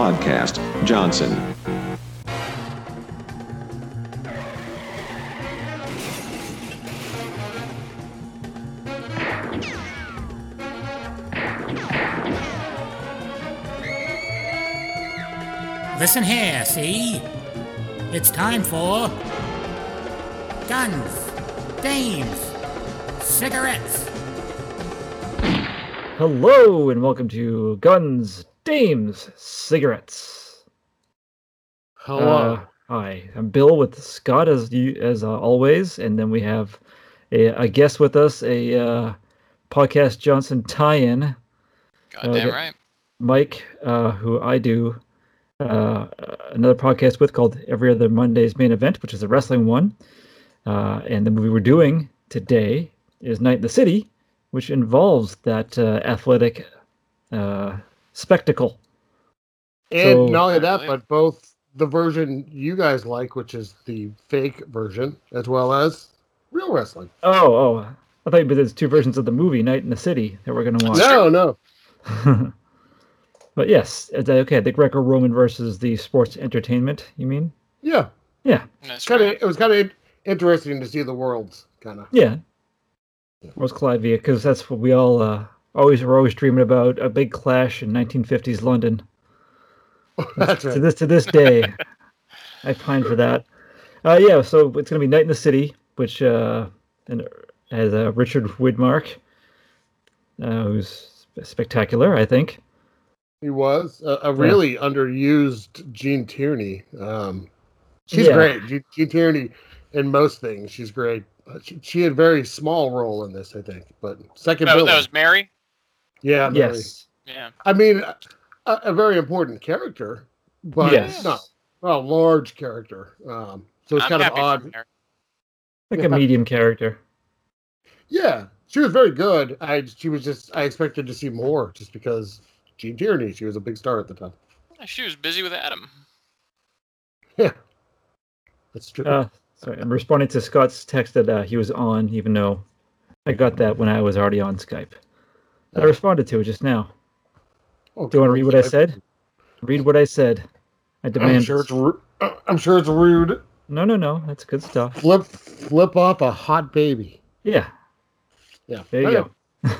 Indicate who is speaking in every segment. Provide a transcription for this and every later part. Speaker 1: podcast, Johnson.
Speaker 2: Listen here, see? It's time for guns, dames, cigarettes.
Speaker 3: Hello and welcome to Guns, Dames, Cigarettes.
Speaker 4: Hello.
Speaker 3: Uh, hi, I'm Bill with Scott as you as uh, always, and then we have a, a guest with us, a uh, podcast Johnson tie-in,
Speaker 5: Goddamn
Speaker 3: okay.
Speaker 5: right.
Speaker 3: Mike, uh, who I do uh, another podcast with called Every Other Monday's Main Event, which is a wrestling one. Uh, and the movie we're doing today is Night in the City, which involves that uh, athletic uh, spectacle.
Speaker 4: and
Speaker 3: so-
Speaker 4: not only that,
Speaker 5: Really?
Speaker 4: but both the version you guys like, which is the fake version, as well as real wrestling.
Speaker 3: Oh, oh. I thought but there's two versions of the movie, Night in the City, that we're going to watch.
Speaker 4: No, no.
Speaker 3: but yes, it's, uh, okay, the Greco Roman versus the sports entertainment, you mean?
Speaker 4: Yeah.
Speaker 3: Yeah,
Speaker 5: That's
Speaker 4: It's kind of
Speaker 5: right.
Speaker 4: it was kind of interesting to see the worlds kind of.
Speaker 3: yeah. Where's Clivia? Because that's what we all uh, always were always dreaming about a big clash in 1950s London.
Speaker 4: That's
Speaker 3: to
Speaker 4: right.
Speaker 3: this to this day. I pine for that. Uh, yeah, so it's gonna be Night in the City, which uh, and has uh, Richard Widmark, uh, who's spectacular, I think.
Speaker 4: He was a, a really underused Gene Tierney. Um, she's
Speaker 3: Yeah.
Speaker 4: great. Gene, Gene Tierney in most things, she's great. Uh, She, she had a very small role in this, I think, but second
Speaker 5: That,
Speaker 4: billing.
Speaker 5: that was Mary.
Speaker 4: yeah, very-
Speaker 3: Yes.
Speaker 5: Yeah.
Speaker 4: I mean, a, a very important character, but
Speaker 3: yes.
Speaker 4: not a large character. Um, so it's
Speaker 5: I'm
Speaker 4: kind of
Speaker 5: happy for
Speaker 4: odd.
Speaker 5: Mary.
Speaker 3: Like
Speaker 4: Yeah.
Speaker 3: a medium character.
Speaker 4: Yeah, she was very good. I she was just I expected to see more just because Gene Tierney. She was a big star at the time.
Speaker 5: She was busy with Adam.
Speaker 4: That's true.
Speaker 3: Uh, sorry, I'm responding to Scott's text that uh, he was on, even though I got that when I was already on Skype. I responded to it just now.
Speaker 4: Oh,
Speaker 3: Do you want to read what I
Speaker 4: I-
Speaker 3: said? Read what I said. I demand.
Speaker 4: I'm sure it's ru- uh, I'm sure it's rude.
Speaker 3: No, no, no. That's good stuff.
Speaker 4: Flip flip off a hot baby.
Speaker 3: Yeah.
Speaker 4: Oh, Yeah,
Speaker 3: There you
Speaker 4: I know.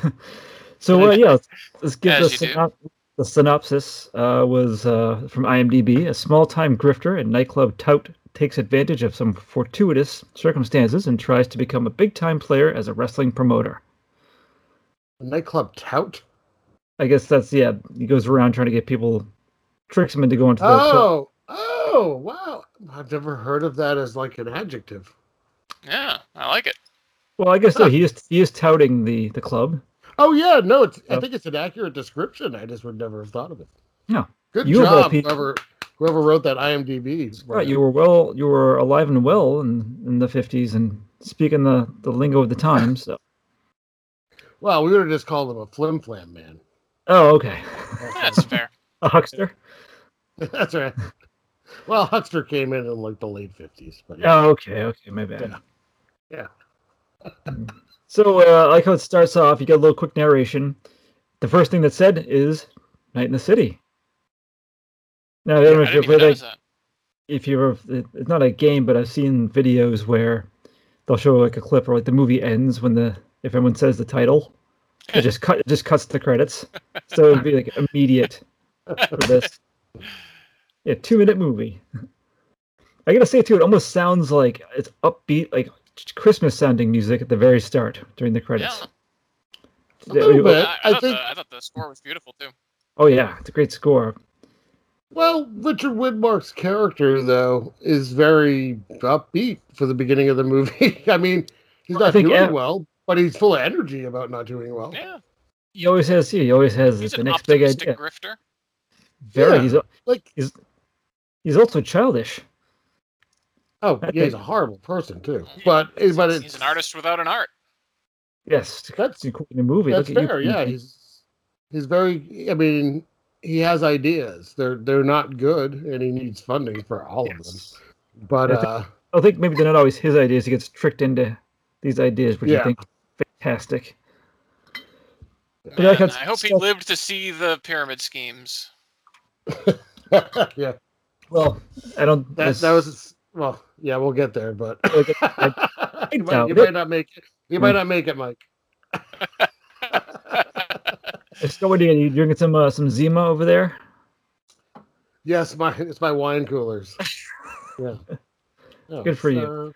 Speaker 3: go. so uh, yeah, let's, let's give the,
Speaker 5: As you do.
Speaker 3: synop- the synopsis. Uh, was uh, from IMDb: A small-time grifter and nightclub tout takes advantage of some fortuitous circumstances and tries to become a big-time player as a wrestling promoter.
Speaker 4: A nightclub tout.
Speaker 3: I guess that's yeah. He goes around trying to get people, tricks them into going to the club.
Speaker 4: Oh, oh, wow! I've never heard of that as like an adjective.
Speaker 5: Yeah, I like it.
Speaker 3: Well, I guess so. He is he is touting the the club.
Speaker 4: Oh yeah, no, it's, I
Speaker 3: Oh.
Speaker 4: think it's an accurate description. I just would never have thought of it.
Speaker 3: No.
Speaker 4: Good
Speaker 3: You of all
Speaker 4: job,
Speaker 3: people-
Speaker 4: whoever whoever wrote that IMDb.
Speaker 3: Right, you were well, you were alive and well in in the fifties and speaking the the lingo of the time. So
Speaker 4: Well, we would have just called him a flim flam man.
Speaker 3: oh, okay,
Speaker 5: That's fair.
Speaker 3: a huckster.
Speaker 4: That's right. Well, Huckster came in in like the late fifties, but yeah.
Speaker 3: Oh, okay, okay, my bad.
Speaker 4: Yeah.
Speaker 3: so, uh, I like how it starts off, you get a little quick narration. The first thing that's said is "Night in the City." Now, I don't know
Speaker 5: I
Speaker 3: if you
Speaker 5: didn't
Speaker 3: play
Speaker 5: even
Speaker 3: like
Speaker 5: notice that.
Speaker 3: if you're it- it's not a game, but I've seen videos where they'll show like a clip or like the movie ends when the if everyone says the title, it just cut it just cuts the credits, so it'd be like immediate for this. Yeah, two minute movie. I gotta say too, it almost sounds like it's upbeat, like Christmas sounding music at the very start during the credits.
Speaker 4: A little bit.
Speaker 5: I, I
Speaker 4: I
Speaker 5: thought
Speaker 4: think-
Speaker 5: the, I thought the score was beautiful too.
Speaker 3: Oh yeah, it's a great score.
Speaker 4: Well, Richard Widmark's character though is very upbeat for the beginning of the movie. I mean, he's
Speaker 3: I
Speaker 4: not
Speaker 3: think
Speaker 4: doing
Speaker 3: ev-
Speaker 4: well, but he's full of energy about not doing well.
Speaker 5: Yeah,
Speaker 3: He always has. He always has
Speaker 5: he's
Speaker 3: the
Speaker 5: an
Speaker 3: next big
Speaker 5: optimistic
Speaker 3: idea.
Speaker 5: grifter.
Speaker 3: Very.
Speaker 4: Yeah.
Speaker 3: He's
Speaker 4: Like,
Speaker 3: he's also childish.
Speaker 4: oh
Speaker 3: I
Speaker 4: yeah, he's
Speaker 3: think-
Speaker 4: a horrible person too. But but
Speaker 5: he's,
Speaker 4: it's
Speaker 5: he's an artist without an art.
Speaker 3: Yes,
Speaker 4: That's-
Speaker 3: that's including the movie.
Speaker 4: That's
Speaker 3: Look at you,
Speaker 4: fair.
Speaker 3: you
Speaker 4: yeah,
Speaker 3: think-
Speaker 4: he's he's very. I mean, he has ideas. They're they're not good, and he needs funding for all of them. But
Speaker 3: I think-
Speaker 4: uh,
Speaker 3: I think maybe they're not always his ideas. He gets tricked into these ideas, which I
Speaker 4: Yeah.
Speaker 3: think is fantastic. But
Speaker 5: Man,
Speaker 3: like
Speaker 5: I
Speaker 3: it's-
Speaker 5: hope he
Speaker 3: stuff-
Speaker 5: lived to see the pyramid schemes.
Speaker 4: yeah,
Speaker 3: Well, I don't.
Speaker 4: that,
Speaker 3: this-
Speaker 4: that was well. Yeah, we'll get there, but
Speaker 3: We'll get-
Speaker 4: you, might,
Speaker 3: doubt
Speaker 4: you
Speaker 3: it.
Speaker 4: might not make it. You might not make it, Mike.
Speaker 3: it's- so what are you, you drinking some uh, some Zima over there?
Speaker 4: Yes, my it's my wine coolers. Yeah, Yeah,
Speaker 3: Good for
Speaker 4: it's,
Speaker 3: you.
Speaker 4: uh,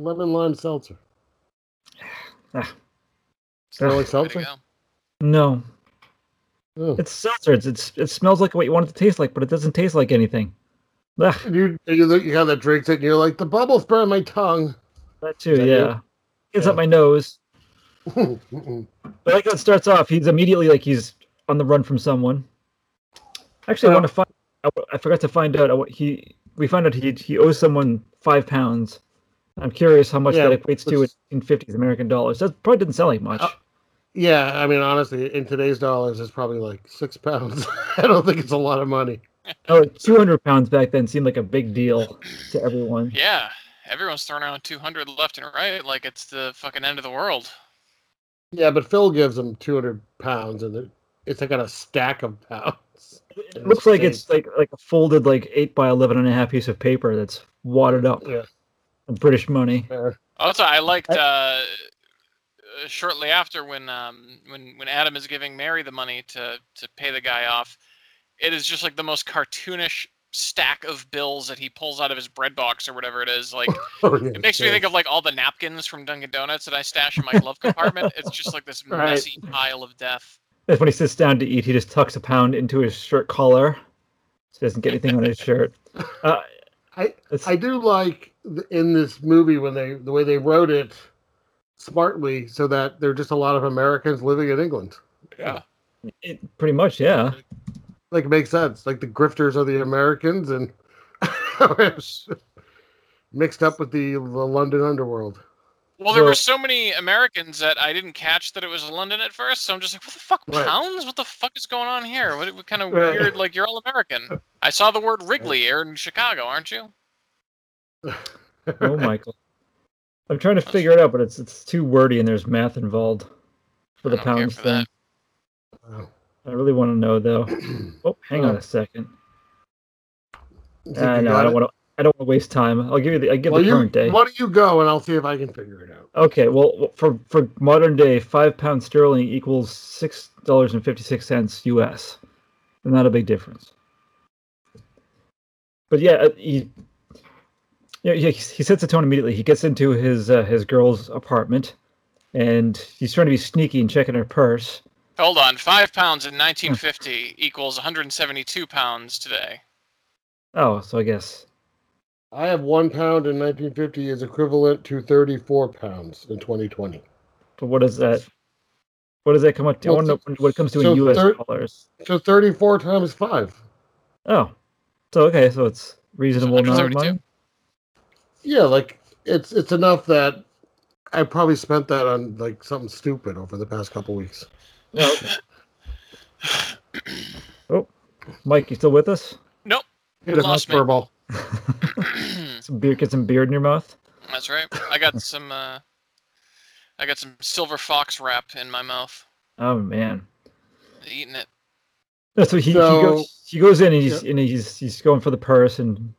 Speaker 4: lemon lime seltzer.
Speaker 3: Ah.
Speaker 4: Smell like
Speaker 5: Way to
Speaker 4: seltzer?
Speaker 5: go.
Speaker 3: No,
Speaker 4: Oh.
Speaker 3: it's seltzer. It's, it's it smells like what you want it to taste like, but it doesn't taste like anything. Ugh,
Speaker 4: You you look you have that drink it and you're like the bubbles burn my tongue.
Speaker 3: that
Speaker 4: Is
Speaker 3: too,
Speaker 4: that you?
Speaker 3: yeah. It's up
Speaker 4: Yeah.
Speaker 3: my nose.
Speaker 4: Mm-mm.
Speaker 3: But like how it starts off, he's immediately like he's on the run from someone. Actually, I
Speaker 4: Well-
Speaker 3: want to find. I, w- I forgot to find out. I w- He we found out he he owes someone five pounds. I'm curious how much
Speaker 4: Yeah,
Speaker 3: that equates to in-
Speaker 4: let's-
Speaker 3: in fifties American dollars. That probably didn't sound like much.
Speaker 4: Uh, yeah, I mean honestly, in today's dollars, it's probably like six pounds. I don't think it's a lot of money.
Speaker 3: oh, two hundred pounds back then seemed like a big deal to everyone.
Speaker 5: Yeah, everyone's throwing around 200 left and right like it's the fucking end of the world.
Speaker 4: Yeah, but Phil gives him two hundred pounds, and it- it's like on a stack of pounds.
Speaker 3: It looks like it's like like a folded like eight by eleven and a half piece of paper that's wadded up
Speaker 4: Yeah.
Speaker 3: in British money.
Speaker 5: Also, I liked uh, uh, shortly after when um, when when Adam is giving Mary the money to to pay the guy off. It is just like the most cartoonish stack of bills that he pulls out of his bread box or whatever it is. Like it makes me think of like all the napkins from Dunkin' Donuts that I stash in my glove compartment. It's just like this
Speaker 4: Right.
Speaker 5: messy pile of death.
Speaker 3: That's when he sits down to eat. He just tucks a pound into his shirt collar, so he doesn't get anything on his shirt. Uh,
Speaker 4: I-
Speaker 3: it's-
Speaker 4: I do like th- in this movie when they the way they wrote it smartly, so that there are just a lot of Americans living in England.
Speaker 5: Yeah.
Speaker 3: it, pretty much, yeah.
Speaker 4: Like it makes sense. Like the grifters are the Americans, and mixed up with the the London underworld.
Speaker 5: Well, there
Speaker 3: Well-
Speaker 5: were so many Americans that I didn't catch that it was London at first, so I'm just like, what the fuck,
Speaker 4: Right.
Speaker 5: pounds? What the fuck is going on here? What, what kind of
Speaker 4: Right.
Speaker 5: weird, like, you're all
Speaker 3: Uh,
Speaker 5: American? I saw the word Wrigley here in Chicago, aren't you?
Speaker 3: Oh, Michael, I'm trying to figure it out, but it's it's too wordy and there's math involved for the
Speaker 5: I don't care
Speaker 3: pounds
Speaker 5: for
Speaker 3: thing.
Speaker 5: that.
Speaker 4: Wow.
Speaker 3: I really want to know though. Oh, hang on
Speaker 4: Oh.
Speaker 3: a second.
Speaker 4: You think
Speaker 3: Uh,
Speaker 4: you
Speaker 3: no,
Speaker 4: got
Speaker 3: I
Speaker 4: it?
Speaker 3: don't want to. I don't want to waste time. I'll give you the. I give
Speaker 4: Well,
Speaker 3: the
Speaker 4: you
Speaker 3: current day.
Speaker 4: why don't you go and I'll see if I can figure it out.
Speaker 3: Okay, well, for for modern day, five pounds sterling equals six dollars and fifty six cents U.S. Not a big difference. But yeah, uh, he, yeah, he, he sets the tone immediately. He gets into his uh, his girl's apartment, and he's trying to be sneaky and checking her purse.
Speaker 5: Hold on. Five pounds in 1950 equals 172 pounds today.
Speaker 3: Oh, so I guess
Speaker 4: I have one pound in 1950 is equivalent to 34 pounds in 2020.
Speaker 3: but what is that? What does that come up to? I
Speaker 4: Well,
Speaker 3: wonder what it comes to
Speaker 4: so
Speaker 3: in U.S.
Speaker 4: thir-
Speaker 3: dollars.
Speaker 4: So 34 times five.
Speaker 3: Oh, so okay, so it's reasonable amount of
Speaker 5: 172.
Speaker 3: money.
Speaker 4: Yeah, like it's it's enough that I probably spent that on like something stupid over the past couple weeks.
Speaker 3: Oh, Mike, you still with us?
Speaker 4: Hit a
Speaker 5: Lost me.
Speaker 4: furball.
Speaker 3: some beer, get some beard in your mouth.
Speaker 5: That's right. I got some, uh, I got some silver fox wrap in my mouth.
Speaker 3: Oh man.
Speaker 5: Eating it.
Speaker 3: No, so he, he goes he goes in and he's and he's he's going for the purse and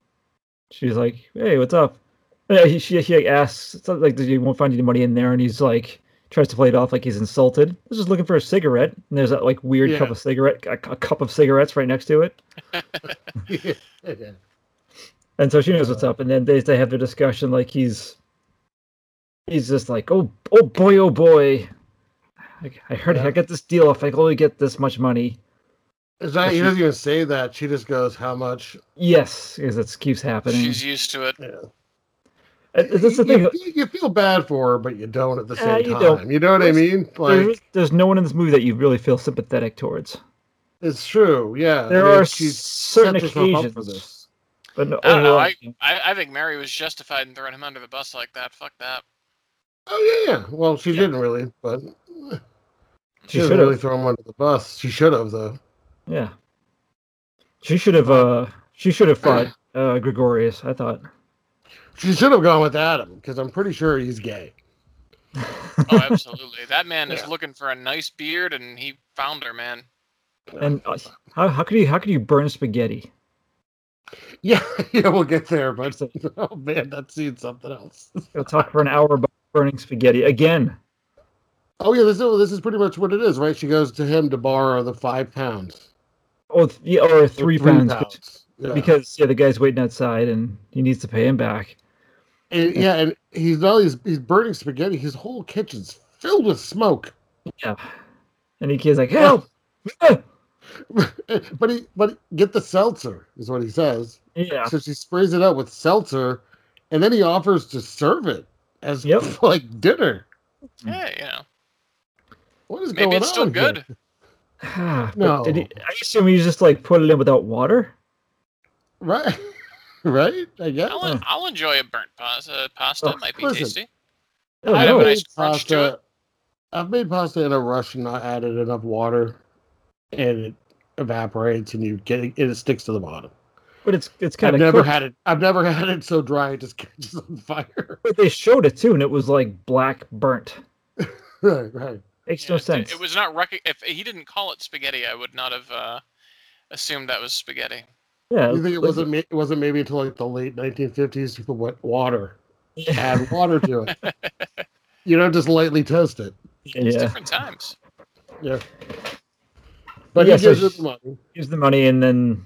Speaker 3: she's like, Hey, what's up? Yeah, he she he like, asks it's not like "Did you won't find any money in there and he's like tries to play it off like he's insulted. I was just looking for a cigarette and there's that like weird cup
Speaker 4: Yeah.
Speaker 3: of cigarette a, a cup of cigarettes right next to it.
Speaker 4: yeah.
Speaker 3: And so she knows what's up and then they they have their discussion like he's he's just like, Oh oh boy, oh boy. I, I heard
Speaker 4: Yeah.
Speaker 3: I got this deal if I only get this much money.
Speaker 4: It's not, he doesn't even say that. She just goes, "How much?"
Speaker 3: Yes, because it keeps happening.
Speaker 5: She's used to it.
Speaker 3: And That's the
Speaker 4: You-
Speaker 3: thing.
Speaker 4: You, feel- you feel bad for her, but you don't at the same
Speaker 3: Yeah, you
Speaker 4: time.
Speaker 3: don't.
Speaker 4: You know what I
Speaker 3: It's-
Speaker 4: mean?
Speaker 3: There is-
Speaker 4: Like
Speaker 3: there's no one in this movie that you really feel sympathetic towards,
Speaker 4: it's true. Yeah, I
Speaker 3: There
Speaker 4: mean,
Speaker 3: are
Speaker 4: she's
Speaker 3: certain
Speaker 4: set herself up for
Speaker 3: occasions.
Speaker 4: this.
Speaker 3: but no,
Speaker 5: I don't know,
Speaker 3: overall,
Speaker 5: I, I think Mary was justified in throwing him under the bus like that. Fuck that.
Speaker 4: Oh yeah, yeah. Well, she
Speaker 3: Yeah.
Speaker 4: didn't really, but
Speaker 3: she
Speaker 4: she didn't
Speaker 3: should
Speaker 4: really
Speaker 3: have.
Speaker 4: throw him under the bus. She should have though.
Speaker 3: Yeah, she should have. Uh, she should have fought uh, Gregorius. I thought.
Speaker 4: She should have gone with Adam because I'm pretty sure he's gay.
Speaker 5: Oh, absolutely. that man is
Speaker 4: Yeah.
Speaker 5: looking for a nice beard, and he found her, man.
Speaker 3: And uh, how how could you how could you burn spaghetti?
Speaker 4: Yeah, yeah, we'll get there, but
Speaker 3: So
Speaker 4: oh man, that scene's something else.
Speaker 3: It'll talk for an hour about burning spaghetti again.
Speaker 4: Oh yeah, this is this is pretty much what it is, right? She goes to him to borrow the five pounds.
Speaker 3: Oh, th- yeah, or three, pounds, which-
Speaker 4: Yeah.
Speaker 3: because yeah, the guy's waiting outside and he needs to pay him back.
Speaker 4: And- yeah, and he's not he's, he's burning spaghetti. His whole kitchen's filled with smoke.
Speaker 3: Yeah, and the kid's like, "Help!"
Speaker 4: but he but get the seltzer is what he says.
Speaker 3: yeah,
Speaker 4: So she sprays it out with seltzer, and then he offers to serve it as
Speaker 3: Yep.
Speaker 4: like dinner.
Speaker 5: Yeah, you know,
Speaker 4: What is
Speaker 5: maybe
Speaker 4: going
Speaker 5: it's still
Speaker 4: on here?
Speaker 5: good.
Speaker 3: Ah, but
Speaker 4: No.
Speaker 3: did he, I assume he just like put it in without water.
Speaker 4: Right, right. I guess.
Speaker 5: I'll,
Speaker 3: Yeah.
Speaker 5: I'll enjoy a burnt pasta. Pasta
Speaker 3: Oh,
Speaker 5: it might be
Speaker 4: listen.
Speaker 5: tasty.
Speaker 3: I don't
Speaker 5: I have
Speaker 3: know.
Speaker 5: an ice crunch to it.
Speaker 4: I've made pasta in a rush and not added enough water, and it evaporates, and you get it, it sticks to the bottom.
Speaker 3: but it's it's
Speaker 4: I've
Speaker 3: kind of
Speaker 4: never
Speaker 3: never
Speaker 4: had it. I've never had it so dry it just catches on fire.
Speaker 3: But they showed it too, and it was like black burnt.
Speaker 4: right, right.
Speaker 3: Makes
Speaker 5: Yeah,
Speaker 3: no
Speaker 5: it-
Speaker 3: sense.
Speaker 5: It, was not rec- if he didn't call it spaghetti, I would not have uh, assumed that was spaghetti.
Speaker 3: yeah,
Speaker 4: You think it
Speaker 3: like-
Speaker 4: wasn't? ma- It wasn't maybe until like the late 1950s people went water,
Speaker 3: Yeah,
Speaker 4: add water to it. You don't just lightly toast it.
Speaker 5: It's
Speaker 3: yeah.
Speaker 5: different times.
Speaker 4: But
Speaker 3: Yeah,
Speaker 4: he
Speaker 3: so
Speaker 4: gives it
Speaker 3: she-
Speaker 4: the money.
Speaker 3: Gives the money, and then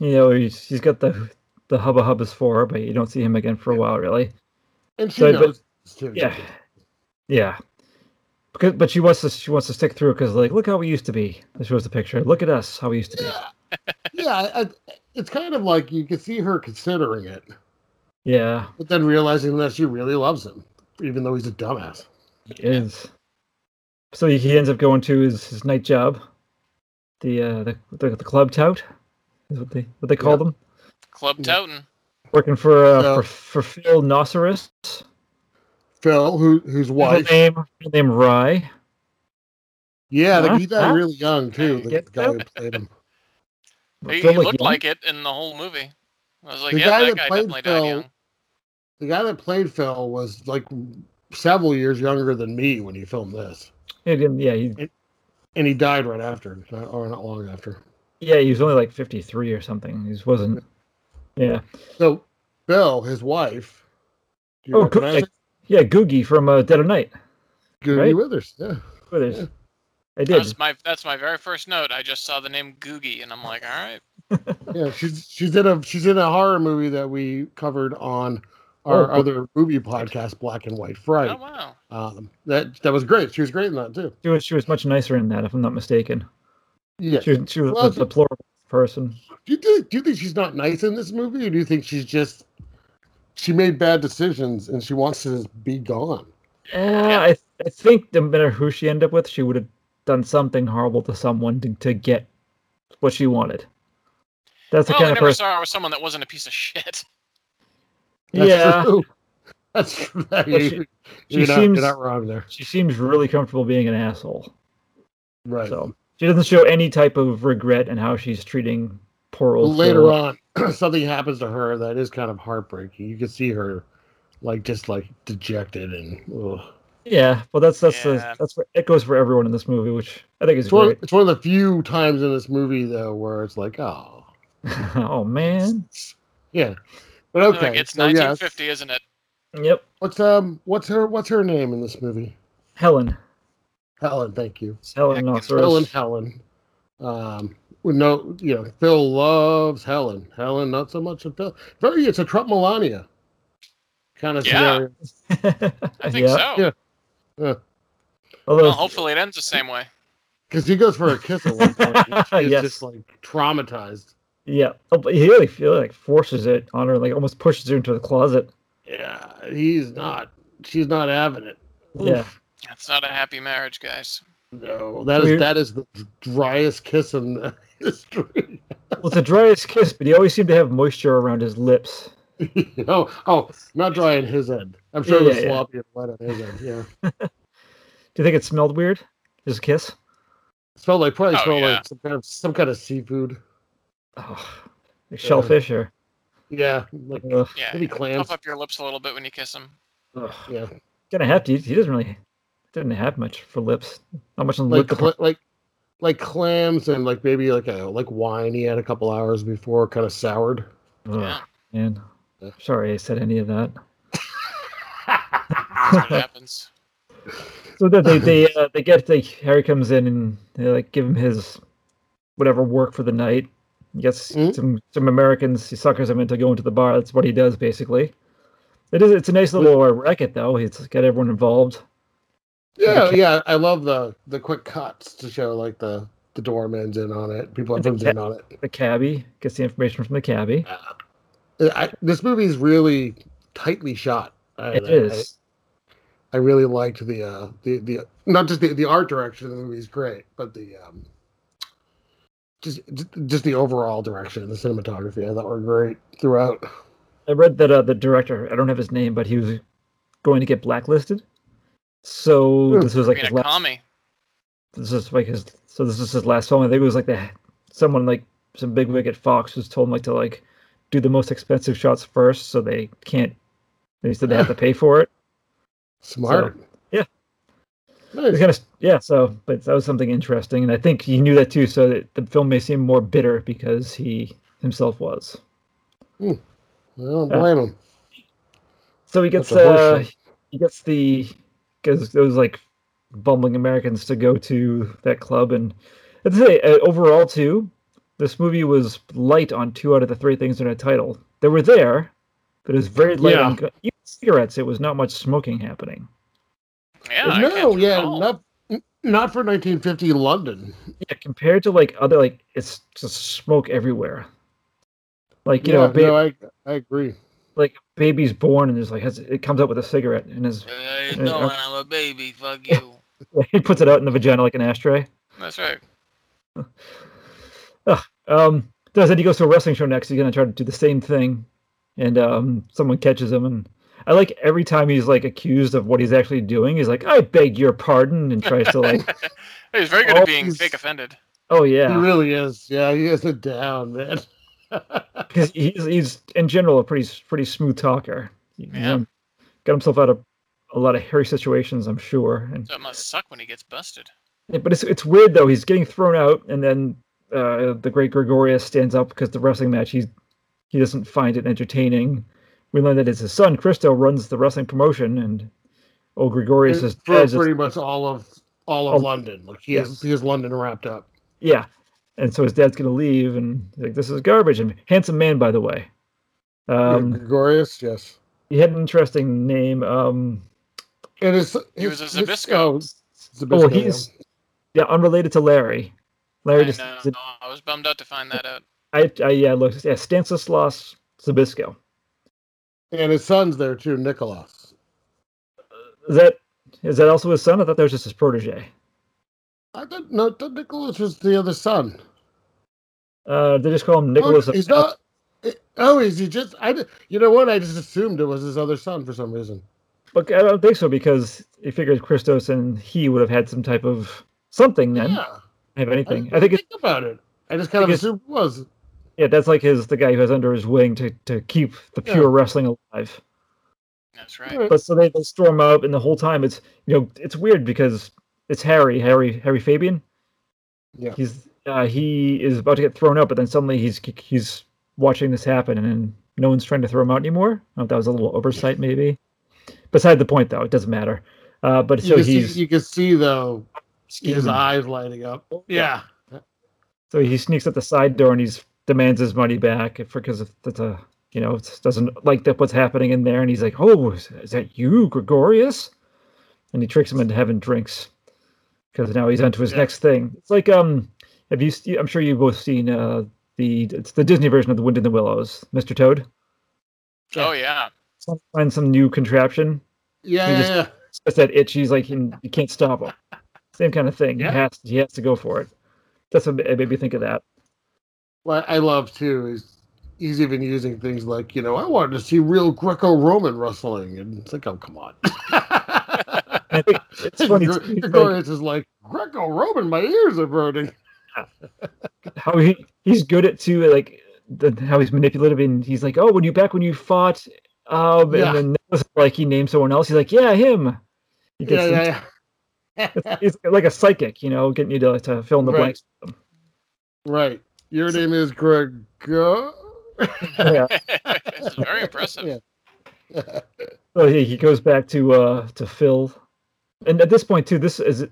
Speaker 3: you know he's he's got the the hubba hubbas for, her, but you don't see him again for a while, really.
Speaker 4: And she
Speaker 3: So, but-
Speaker 4: knows. it's too.
Speaker 3: Yeah, yeah. Because, but she wants to she wants to stick through because like look how we used to be. This was the picture. Look at us, how we used to be.
Speaker 4: Yeah. yeah I, I, it's kind of like you can see her considering it,
Speaker 3: Yeah,
Speaker 4: but then realizing that she really loves him, even though he's a dumbass.
Speaker 3: it is. So he, he ends up going to his, his night job, the uh the the, the club tout, is what they what they call
Speaker 4: Yeah.
Speaker 3: them.
Speaker 5: Club Toten.
Speaker 3: Working for uh,
Speaker 4: So-
Speaker 3: for, for Phil Noceris.
Speaker 4: Phil, who whose wife,
Speaker 3: Middle name middle name Rye.
Speaker 4: yeah,
Speaker 3: Huh?
Speaker 4: like, he died
Speaker 3: Huh?
Speaker 4: really young too. The
Speaker 3: Get
Speaker 4: guy who played him,
Speaker 5: He,
Speaker 3: Phil
Speaker 5: he looked
Speaker 3: young.
Speaker 5: like it in the whole movie. I was like,
Speaker 4: The
Speaker 5: yeah,
Speaker 4: guy
Speaker 5: that
Speaker 4: that
Speaker 5: guy
Speaker 4: played
Speaker 5: definitely died
Speaker 4: Phil-
Speaker 5: young.
Speaker 4: the guy that played Phil, was like several years younger than me when he filmed this,
Speaker 3: He didn't- yeah, he,
Speaker 4: and he died right after, not, or not long after.
Speaker 3: yeah, he was only like fifty three or something. He just wasn't. Yeah,
Speaker 4: So, Phil, his wife, do you
Speaker 3: Oh, good.
Speaker 4: recognize her?
Speaker 3: yeah, Googie from uh, Dead of Night.
Speaker 4: Goody
Speaker 3: right.
Speaker 4: Withers, yeah.
Speaker 3: Withers.
Speaker 4: Yeah.
Speaker 3: I did.
Speaker 5: That's my that's my very first note. I just saw the name Googie, and I'm like, all right,
Speaker 4: Yeah, she's she's in a she's in a horror movie that we covered on our
Speaker 3: Oh.
Speaker 4: other movie podcast, Black and White Fright.
Speaker 5: oh wow,
Speaker 4: Um, that that was great. She was great in that too.
Speaker 3: She was, she was much nicer in that, if I'm not mistaken.
Speaker 4: Yeah.
Speaker 3: She was, she was
Speaker 4: Well,
Speaker 3: a deplorable person.
Speaker 4: Do you think do you think she's not nice in this movie, or do you think she's just she made bad decisions and she wants to just be gone?
Speaker 3: Uh, I, I think no matter who she ended up with, she would have done something horrible to someone to, to get what she wanted. That's the
Speaker 5: well, Oh, I
Speaker 3: kind of
Speaker 5: never
Speaker 3: person.
Speaker 5: saw her with someone that wasn't a piece of shit.
Speaker 3: yeah,
Speaker 4: true. That's true.
Speaker 3: Well, she-
Speaker 4: you,
Speaker 3: she
Speaker 4: are not,
Speaker 3: seems-
Speaker 4: you're not wrong there.
Speaker 3: she seems really comfortable being an asshole.
Speaker 4: Right.
Speaker 3: So she doesn't show any type of regret in how she's treating poor
Speaker 4: But
Speaker 3: old.
Speaker 4: later
Speaker 3: Phil.
Speaker 4: on, something happens to her that is kind of heartbreaking. You can see her like just like dejected and ugh.
Speaker 3: Yeah, well, that's that's
Speaker 5: Yeah.
Speaker 3: the, that's what it goes for everyone in this movie, which I think is
Speaker 4: It's one,
Speaker 3: great.
Speaker 4: it's one of the few times in this movie though where it's like, oh,
Speaker 3: oh man,
Speaker 4: yeah. But
Speaker 5: Like,
Speaker 4: okay,
Speaker 5: it's
Speaker 4: so yeah,
Speaker 5: 1950, isn't it?
Speaker 3: yep,
Speaker 4: what's um, what's her, what's her name in this movie?
Speaker 3: Helen,
Speaker 4: Helen, thank you,
Speaker 3: It's Helen
Speaker 5: Heck,
Speaker 3: Nosseris.
Speaker 4: Phil and Helen. Um, with no, you know, Phil loves Helen. Helen, not so much of Phil. Very, it's a Trump Melania kind of
Speaker 5: Yeah.
Speaker 4: scenario.
Speaker 5: I think
Speaker 3: yeah.
Speaker 5: so.
Speaker 4: Yeah.
Speaker 3: Although,
Speaker 5: Well, hopefully it ends the same way.
Speaker 4: Because he goes for a kiss at one point. and She's
Speaker 3: Yes.
Speaker 4: just like traumatized.
Speaker 3: yeah, oh, but he really feel like forces it on her, like almost pushes her into the closet.
Speaker 4: Yeah, he's not. She's not having it.
Speaker 3: Yeah,
Speaker 5: It's not a happy marriage, guys.
Speaker 4: No, that is
Speaker 3: Weird.
Speaker 4: that is the driest kiss in the history.
Speaker 3: well, it's the driest kiss, but he always seemed to have moisture around his lips.
Speaker 4: oh, oh, not dry in his end. I'm sure it was
Speaker 3: Yeah, yeah.
Speaker 4: sloppy and wet on his end. Yeah,
Speaker 3: Do you think it smelled weird? Just a kiss?
Speaker 4: smelled like probably
Speaker 5: Oh,
Speaker 4: smelled
Speaker 5: yeah.
Speaker 4: like some kind of some kind of seafood.
Speaker 3: Oh, like shellfish or
Speaker 4: Yeah, like
Speaker 3: ugh,
Speaker 5: Yeah,
Speaker 4: maybe
Speaker 5: yeah.
Speaker 4: clams.
Speaker 5: puff up your lips a little bit when you kiss him.
Speaker 3: ugh.
Speaker 4: Yeah,
Speaker 3: gonna have to. He doesn't really didn't have much for lips. Not much on the
Speaker 4: like
Speaker 3: lip
Speaker 4: cla like like clams and like maybe like a like wine he had a couple hours before kind of soured.
Speaker 3: Ugh,
Speaker 5: Yeah.
Speaker 3: man.
Speaker 4: Yeah.
Speaker 3: Sorry I said any of that.
Speaker 5: That's what happens.
Speaker 3: So that they they uh, they get like Harry comes in and they like give him his whatever work for the night. He gets
Speaker 4: Mhm.
Speaker 3: some some Americans. He suckers them into going to the bar. That's what he does basically. It is it's a nice little uh, racket though. He's got everyone involved.
Speaker 4: Yeah, yeah. I love the the quick cuts to show like the the doorman's in on it. People
Speaker 3: And the
Speaker 4: everyone's in on it.
Speaker 3: The cabbie gets the information from the cabbie.
Speaker 4: I, this movie's really tightly shot. I,
Speaker 3: It
Speaker 4: I-
Speaker 3: is.
Speaker 4: I, really liked the uh the the not just the, the art direction of the movie's great, but the um just just the overall direction, the cinematography. I thought were great throughout.
Speaker 3: I read that uh, the director. I don't have his name, but he was going to get blacklisted. So
Speaker 4: Hmm.
Speaker 3: this was like
Speaker 5: I
Speaker 3: his
Speaker 5: mean, a
Speaker 3: last
Speaker 5: commie.
Speaker 3: this is like his so this is his last film. I think it was like the someone like some big wig at Fox was told him like to like do the most expensive shots first so they can't they said they have to pay for it.
Speaker 4: Smart.
Speaker 3: yeah. It's
Speaker 4: Nice.
Speaker 3: kind of yeah, so but that was something interesting and I think he knew that too, so that the film may seem more bitter because he himself was.
Speaker 4: I don't blame him.
Speaker 3: So he gets
Speaker 4: That's a horse
Speaker 3: uh,
Speaker 4: show.
Speaker 3: he gets the because those like bumbling Americans to go to that club, and I'd say uh, overall too, this movie was light on two out of the three things in a title. They were there, but it was very light on gu- even cigarettes. It was not much smoking happening.
Speaker 5: Yeah. I
Speaker 4: no,
Speaker 5: can't
Speaker 4: yeah,
Speaker 5: recall.
Speaker 4: not not for 1950 London.
Speaker 3: Yeah, compared to like other like it's just smoke everywhere. Like you
Speaker 4: yeah,
Speaker 3: know, a ba-
Speaker 4: no, I I agree.
Speaker 3: like baby's born and there's like has, it comes up with a cigarette and is
Speaker 5: How you
Speaker 3: Yeah.
Speaker 5: doing? I'm a baby. Fuck you.
Speaker 3: he puts it out in the vagina like an ashtray.
Speaker 5: That's right.
Speaker 3: Um, does it? He goes to a wrestling show next. He's gonna try to do the same thing, and um, someone catches him. And I like every time he's like accused of what he's actually doing. He's like, "I beg your pardon," and tries to like,
Speaker 5: He's very good
Speaker 3: Oh,
Speaker 5: at being
Speaker 4: he's-
Speaker 5: fake offended.
Speaker 3: "Oh
Speaker 4: He
Speaker 3: yeah,"
Speaker 4: really is. Yeah, he is a down man.
Speaker 3: because he's he's in general a pretty pretty smooth talker. He,
Speaker 5: Yeah.
Speaker 3: um, got himself out of a lot of hairy situations, I'm sure. And
Speaker 5: So it must suck when he gets busted.
Speaker 3: but it's it's weird though. He's getting thrown out, and then uh, the great Gregorius stands up because the wrestling match he he doesn't find it entertaining. We learn that it's his son Christo runs the wrestling promotion, and old Gregorius is,
Speaker 4: for
Speaker 3: is-
Speaker 4: pretty much all of all of
Speaker 3: Oh,
Speaker 4: London. Like he has
Speaker 3: yes.
Speaker 4: he has London wrapped up.
Speaker 3: yeah, and so his dad's gonna leave, and he's like this is garbage. And handsome man, by the way,
Speaker 4: Yeah,
Speaker 3: um,
Speaker 4: Gregorius, yes.
Speaker 3: he had an interesting name. Um,
Speaker 4: And it's
Speaker 5: He was a
Speaker 4: it's- it's-
Speaker 5: Zabisco.
Speaker 4: Oh, Zabisco,
Speaker 3: oh,
Speaker 4: yeah.
Speaker 3: he's yeah unrelated to Larry. Larry
Speaker 5: I
Speaker 3: just
Speaker 5: know. I was bummed out to find that out.
Speaker 3: I, I yeah look yeah Stanislas Zabisco.
Speaker 4: and his son's there too, Nicholas.
Speaker 3: Is that is that also his son? I thought that was just his protege.
Speaker 4: I don't know. I thought Nicholas was the other son.
Speaker 3: Uh, they just call him
Speaker 4: Oh,
Speaker 3: Nicholas. of
Speaker 4: he's not. Oh, is he just? I. di- You know what? I just assumed it was his other son for some reason.
Speaker 3: Look, Uh, I don't think so because he figured Christos and he would have had some type of something then.
Speaker 4: Yeah.
Speaker 3: Have
Speaker 4: I
Speaker 3: anything?
Speaker 4: didn't
Speaker 3: I think it's,
Speaker 4: think about it. I just kind of
Speaker 3: because-
Speaker 4: assumed it was.
Speaker 3: yeah, that's like his the guy who has under his wing to to keep the
Speaker 4: Yeah.
Speaker 3: pure wrestling alive.
Speaker 5: That's right.
Speaker 4: Alright.
Speaker 3: But so they, they storm out, and the whole time it's you know it's weird because it's Harry, Harry, Harry Fabian.
Speaker 4: Yeah.
Speaker 3: He's uh, he is about to get thrown out, but then suddenly he's he's watching this happen, and then no one's trying to throw him out anymore. I don't know if that was a little oversight, maybe. Beside the point, though, it doesn't matter. Uh, but
Speaker 4: You
Speaker 3: so
Speaker 4: can see-
Speaker 3: he's
Speaker 4: you can see though his
Speaker 3: scheming.
Speaker 4: eyes lighting up.
Speaker 3: Oh,
Speaker 4: Yeah.
Speaker 3: So he sneaks at the side door and he's demands his money back for because that's a you know it's, doesn't like that what's happening in there and he's like oh is, is that you Gregorius and he tricks him into having drinks because now he's onto his
Speaker 4: Yeah.
Speaker 3: next thing it's like um have you se- I'm sure you've both seen uh the it's the Disney version of the Wind in the Willows Mr Toad
Speaker 5: Oh yeah.
Speaker 3: Some- find some new contraption
Speaker 4: Yeah.
Speaker 3: He
Speaker 4: Yeah.
Speaker 3: just-
Speaker 4: yeah.
Speaker 3: it's just that itch he's like he, you can't stop him same kind of thing
Speaker 4: Yeah.
Speaker 3: he has he has to go for it that's what it made me think of that
Speaker 4: What I love too is he's even using things like you know I wanted to see real Greco-Roman wrestling, and it's like oh come on.
Speaker 3: I think it's funny too, he's like-
Speaker 4: Gregorius is like Greco-Roman. My ears are burning.
Speaker 3: how he he's good at too like the, how he's manipulative and he's like oh when you back when you fought um
Speaker 4: Yeah.
Speaker 3: and then Nicholas, like he named someone else he's like yeah him he gets
Speaker 4: Yeah,
Speaker 3: him-
Speaker 4: yeah, yeah.
Speaker 3: it's- It's, like a psychic you know getting you to, to fill in the
Speaker 4: Right.
Speaker 3: blanks
Speaker 4: right. Your name is Grego.
Speaker 3: Yeah.
Speaker 5: it's very impressive.
Speaker 4: Yeah.
Speaker 3: So he, he goes back to uh to Phil, and at this point too, this is,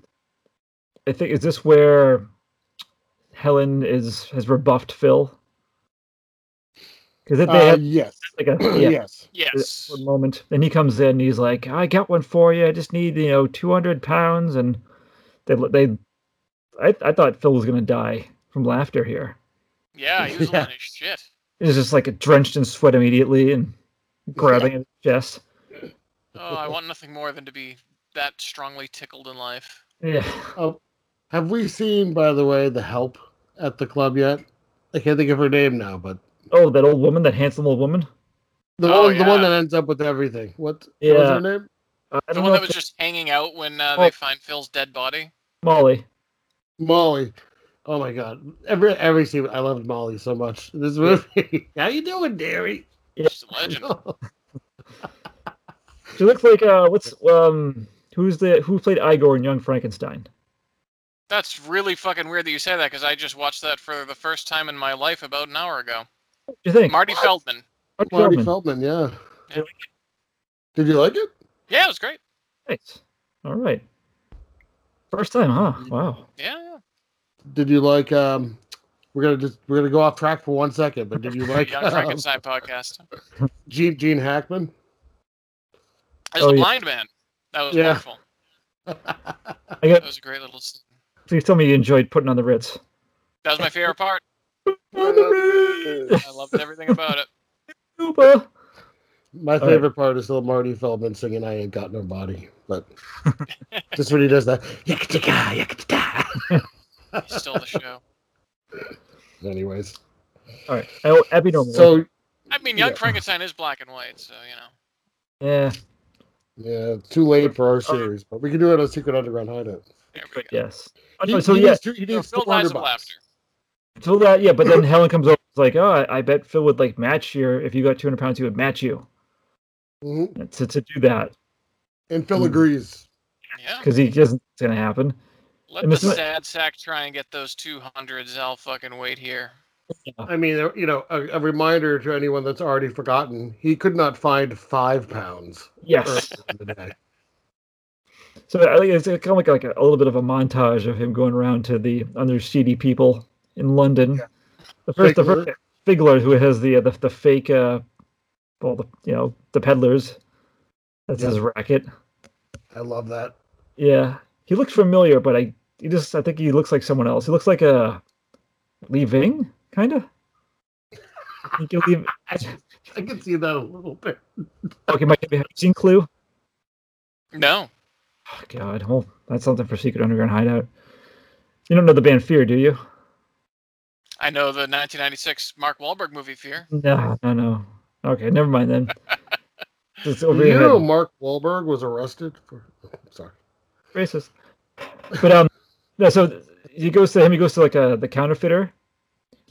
Speaker 3: I think, is this where Helen is has rebuffed Phil? Because they
Speaker 4: Uh,
Speaker 3: had
Speaker 4: yes.
Speaker 3: like a yeah,
Speaker 4: Yes.
Speaker 5: Yes.
Speaker 3: one moment, and he comes in, and he's like, "I got one for you. I just need you know two hundred pounds," and they they, I I thought Phil was gonna die from laughter here.
Speaker 5: Yeah, he was
Speaker 4: Yeah.
Speaker 5: yeah. his shit.
Speaker 3: He's just like drenched in sweat immediately and grabbing his chest.
Speaker 5: Oh, I want nothing more than to be that strongly tickled in life.
Speaker 3: Yeah.
Speaker 4: Oh, have we seen, by the way, the help at the club yet? I can't think of her name now, but
Speaker 3: Oh, that old woman, that handsome old woman.
Speaker 4: the one,
Speaker 5: Oh,
Speaker 4: the one
Speaker 5: yeah.
Speaker 4: that ends up with everything. What, what was
Speaker 3: Yeah.
Speaker 4: her name?
Speaker 3: Uh, I
Speaker 5: The
Speaker 3: don't
Speaker 5: one
Speaker 3: know
Speaker 5: that
Speaker 3: if
Speaker 5: was just hanging out when uh,
Speaker 3: Oh.
Speaker 5: they find Phil's dead body.
Speaker 3: Molly.
Speaker 4: Molly. Oh my god! Every every scene, I loved Molly so much. in This movie. How you doing, dearie?
Speaker 3: Yeah.
Speaker 5: She's a legend.
Speaker 3: She looks like uh, what's um, who's the who played Igor in Young Frankenstein?
Speaker 5: That's really fucking weird that you say that because I just watched that for the first time in my life about an hour ago.
Speaker 3: What do you think?
Speaker 5: Marty Feldman.
Speaker 3: Mark
Speaker 4: Marty
Speaker 3: Feldman.
Speaker 4: Feldman. Yeah.
Speaker 5: Yeah.
Speaker 4: Did you like it?
Speaker 5: Yeah, it was great.
Speaker 3: Nice. All right. First time,
Speaker 5: Mm-hmm.
Speaker 3: huh? Wow.
Speaker 5: Yeah, yeah.
Speaker 4: Did you like? Um, we're gonna just we're gonna go off track for one second, but did you
Speaker 5: The
Speaker 4: like
Speaker 5: Young
Speaker 4: um,
Speaker 5: Frankenstein podcast.
Speaker 4: Gene Gene Hackman?
Speaker 5: As
Speaker 3: Oh,
Speaker 5: a
Speaker 3: yeah.
Speaker 5: blind man, that was
Speaker 4: Yeah.
Speaker 5: wonderful.
Speaker 3: I got.
Speaker 5: That was a great little. scene.
Speaker 3: Please tell me you enjoyed putting on the Ritz.
Speaker 5: That was my favorite part.
Speaker 3: On the Ritz,
Speaker 5: I loved everything about it.
Speaker 3: Cuba.
Speaker 4: My
Speaker 3: right.
Speaker 4: favorite part is still Marty Feldman singing "I Ain't Got No Body," but just when he does that, yakka-tikka, yakka-tikka.
Speaker 5: He stole the show.
Speaker 4: anyways.
Speaker 3: All right. Oh, abnormal.
Speaker 4: So
Speaker 5: I mean, Young
Speaker 4: Yeah.
Speaker 5: Frankenstein is black and white, so you know.
Speaker 3: yeah.
Speaker 4: yeah, it's too late for our series, but we can do it on Secret Underground Hideout.
Speaker 5: There we go.
Speaker 3: Yes. Oh,
Speaker 4: He,
Speaker 3: no, so
Speaker 4: he
Speaker 3: yeah.
Speaker 4: needs, two, he
Speaker 5: So
Speaker 4: needs
Speaker 5: Phil dies
Speaker 4: 400
Speaker 5: of
Speaker 4: bucks.
Speaker 5: laughter.
Speaker 3: So that yeah, but then Helen comes over. It's like, oh, I, I bet Phil would like match your. If you got two hundred pounds, he would match you.
Speaker 4: Mhm.
Speaker 3: To to do that
Speaker 4: And Phil
Speaker 3: Mm.
Speaker 4: agrees.
Speaker 5: Yeah.
Speaker 3: because he doesn't. It's gonna happen.
Speaker 5: Let
Speaker 3: And
Speaker 5: the
Speaker 3: this is-
Speaker 5: sad sack try and get those two hundreds. I'll fucking wait here.
Speaker 4: I mean, uh, you know, a, a reminder to anyone that's already forgotten: he could not find five pounds. earlier
Speaker 3: Yes.
Speaker 4: in the day.
Speaker 3: So I think it's kind of like, like a, little bit of a montage of him going around to the under seedy people in London.
Speaker 4: Yeah.
Speaker 3: The first, the
Speaker 4: Figler.
Speaker 3: first Figler who has the uh, the, the fake, uh, well, the you know the peddlers. That's
Speaker 4: Yeah.
Speaker 3: his racket.
Speaker 4: I love that.
Speaker 3: Yeah, he looks familiar, but I he just I think he looks like someone else. He looks like a Lee Ving, kind of.
Speaker 4: I can see that a little bit.
Speaker 3: okay, Mike, have you seen Clue?
Speaker 5: No.
Speaker 3: Oh, God, well, that's something for Secret Underground Hideout. You don't know the band Fear, do you?
Speaker 5: I know the 1996 Mark Wahlberg movie Fear.
Speaker 3: No, Ah, no, no. Okay, never mind then. Just over
Speaker 4: You
Speaker 3: your
Speaker 4: know,
Speaker 3: head.
Speaker 4: Mark Wahlberg was arrested for. Sorry.
Speaker 3: Racist. But um, no. So he goes to him. He goes to like a the counterfeiter.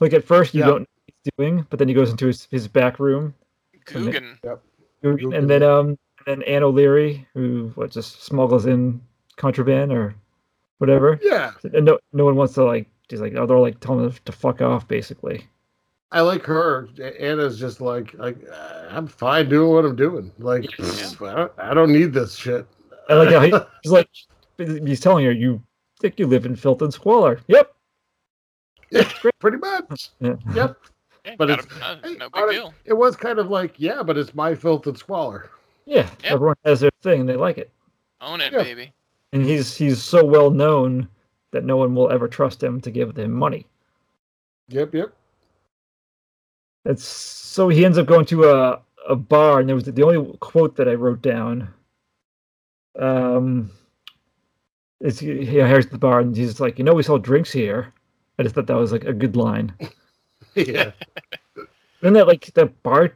Speaker 3: Like at first you
Speaker 4: Yeah.
Speaker 3: don't know what he's doing, but then he goes into his, his back room,
Speaker 5: Coogan.
Speaker 3: and then um, and then Anne O'Leary, who what just smuggles in contraband or whatever,
Speaker 4: Yeah.
Speaker 3: and no no one wants to like. She's like, oh, they're like telling him to fuck off, basically.
Speaker 4: I like her. A- Anna's just like, like uh, I'm fine doing what I'm doing. Like, pff, I, don't, I don't need this shit.
Speaker 3: I like how he, he's like, he's telling her, you think you live in filth and squalor. Yep.
Speaker 4: Pretty much.
Speaker 3: Yeah.
Speaker 4: Yep.
Speaker 5: Yeah,
Speaker 4: But
Speaker 5: got
Speaker 4: it's-
Speaker 5: him. Uh,
Speaker 4: hey,
Speaker 5: no
Speaker 4: all
Speaker 5: big
Speaker 4: right.
Speaker 5: deal.
Speaker 4: It was kind of like, yeah, but it's my filth and squalor.
Speaker 3: Yeah,
Speaker 5: Yeah.
Speaker 3: everyone has their thing and they like it.
Speaker 5: Own it,
Speaker 4: Yeah.
Speaker 5: baby.
Speaker 3: And he's he's so well known that no one will ever trust him to give them money.
Speaker 4: Yep. Yep.
Speaker 3: It's so he ends up going to a a bar, and there was the only quote that I wrote down. Um, it's he he hears the bar, and he's like, "You know, we sell drinks here." I just thought that was like a good line.
Speaker 4: Yeah.
Speaker 3: Then that like the bar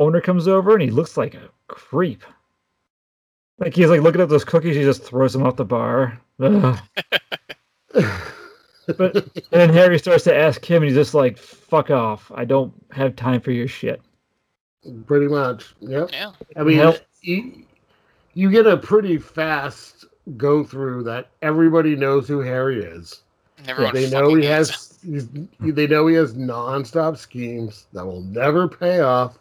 Speaker 3: owner comes over, and he looks like a creep. Like he's like looking at those cookies, he just throws them off the bar. Ugh. But and then Harry starts to ask him, and he's just like, "Fuck off! I don't have time for your shit."
Speaker 4: Pretty much. Yep.
Speaker 5: Yeah.
Speaker 4: I mean,
Speaker 3: Nope.
Speaker 4: you, you get a pretty fast go through that everybody knows who Harry is.
Speaker 5: Everyone
Speaker 4: they
Speaker 5: fucking
Speaker 4: know he
Speaker 5: hates
Speaker 4: has he's, they know he has nonstop schemes that will never pay off.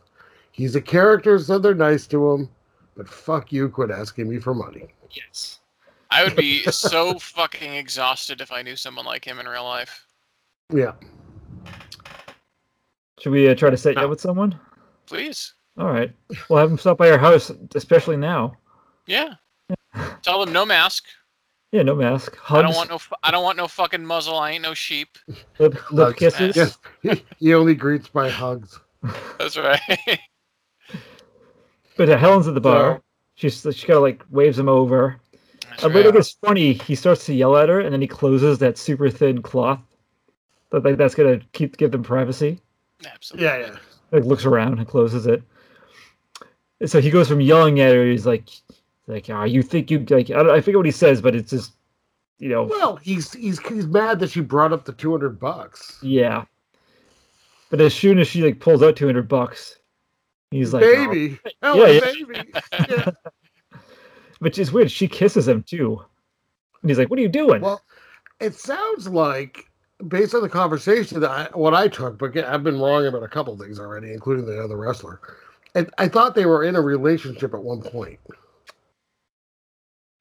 Speaker 4: He's a character, so they're nice to him. But fuck you, quit asking me for money.
Speaker 5: Yes. I would be so fucking exhausted if I knew someone like him in real life.
Speaker 4: Yeah.
Speaker 3: Should we uh, try to
Speaker 5: Ah.
Speaker 3: set you up with someone?
Speaker 5: Please.
Speaker 3: All right. Well, have him stop by your house, especially now.
Speaker 5: Yeah. Tell them no mask.
Speaker 3: Yeah, no mask. Hugs,
Speaker 5: I don't want no. fu- I don't want no fucking muzzle. I ain't no sheep.
Speaker 3: lip, lip
Speaker 4: Hugs.
Speaker 3: kisses.
Speaker 4: Yes. He, he only greets by hugs.
Speaker 5: That's right.
Speaker 3: But uh, Helen's at the bar.
Speaker 4: Yeah.
Speaker 3: She's she kind of like waves him over. Uh, And
Speaker 5: That's
Speaker 3: when it
Speaker 5: right.
Speaker 3: gets funny, he starts to yell at her, and then he closes that super thin cloth. I think that's gonna keep give them privacy.
Speaker 5: Absolutely.
Speaker 4: Yeah, yeah.
Speaker 3: Like looks around and closes it. And so he goes from yelling at her. He's like, like, ah, you think you like? I, don't, I forget what he says, but it's just, you know,
Speaker 4: Well, he's he's he's mad that she brought up the two hundred bucks.
Speaker 3: yeah. But as soon as she like pulls out two hundred bucks, he's like, "Oh."
Speaker 4: baby, oh,
Speaker 3: yeah.
Speaker 4: baby. Yeah.
Speaker 3: which is weird. She kisses him too, and he's like, "What are you doing?"
Speaker 4: Well, it sounds like, based on the conversation that I, what I took, but again, I've been wrong about a couple things already, including the other wrestler. I, I thought they were in a relationship at one point.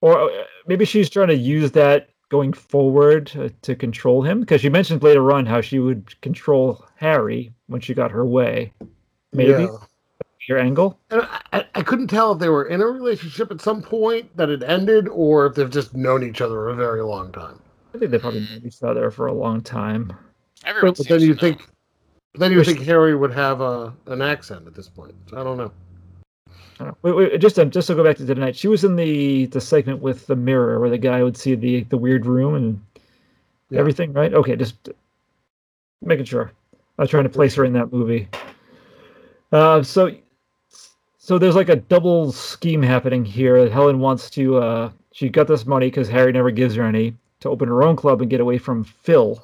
Speaker 3: or uh, maybe she's trying to use that going forward uh, to control him because she mentioned later on how she would control harry when she got her way maybe
Speaker 4: Yeah.
Speaker 3: your angle
Speaker 4: And I, I- I couldn't tell if they were in a relationship at some point that it ended, or if they've just known each other a very long time.
Speaker 3: i think they probably knew each other for a long time
Speaker 5: Everyone
Speaker 4: But,
Speaker 5: seems
Speaker 4: then
Speaker 5: to
Speaker 4: you
Speaker 5: know.
Speaker 4: think, then you
Speaker 3: Which-
Speaker 4: think Harry would have a an accent at this point. I don't know.
Speaker 3: I don't know. Wait, wait, just um, just to go back to tonight, she was in the the segment with the mirror where the guy would see the the weird room and
Speaker 4: Yeah.
Speaker 3: everything, right? Okay, just making sure. I'm trying to place her in that movie. Uh, so so there's like a double scheme happening here. Helen wants to uh, she got this money because Harry never gives her any to open her own club and get away from Phil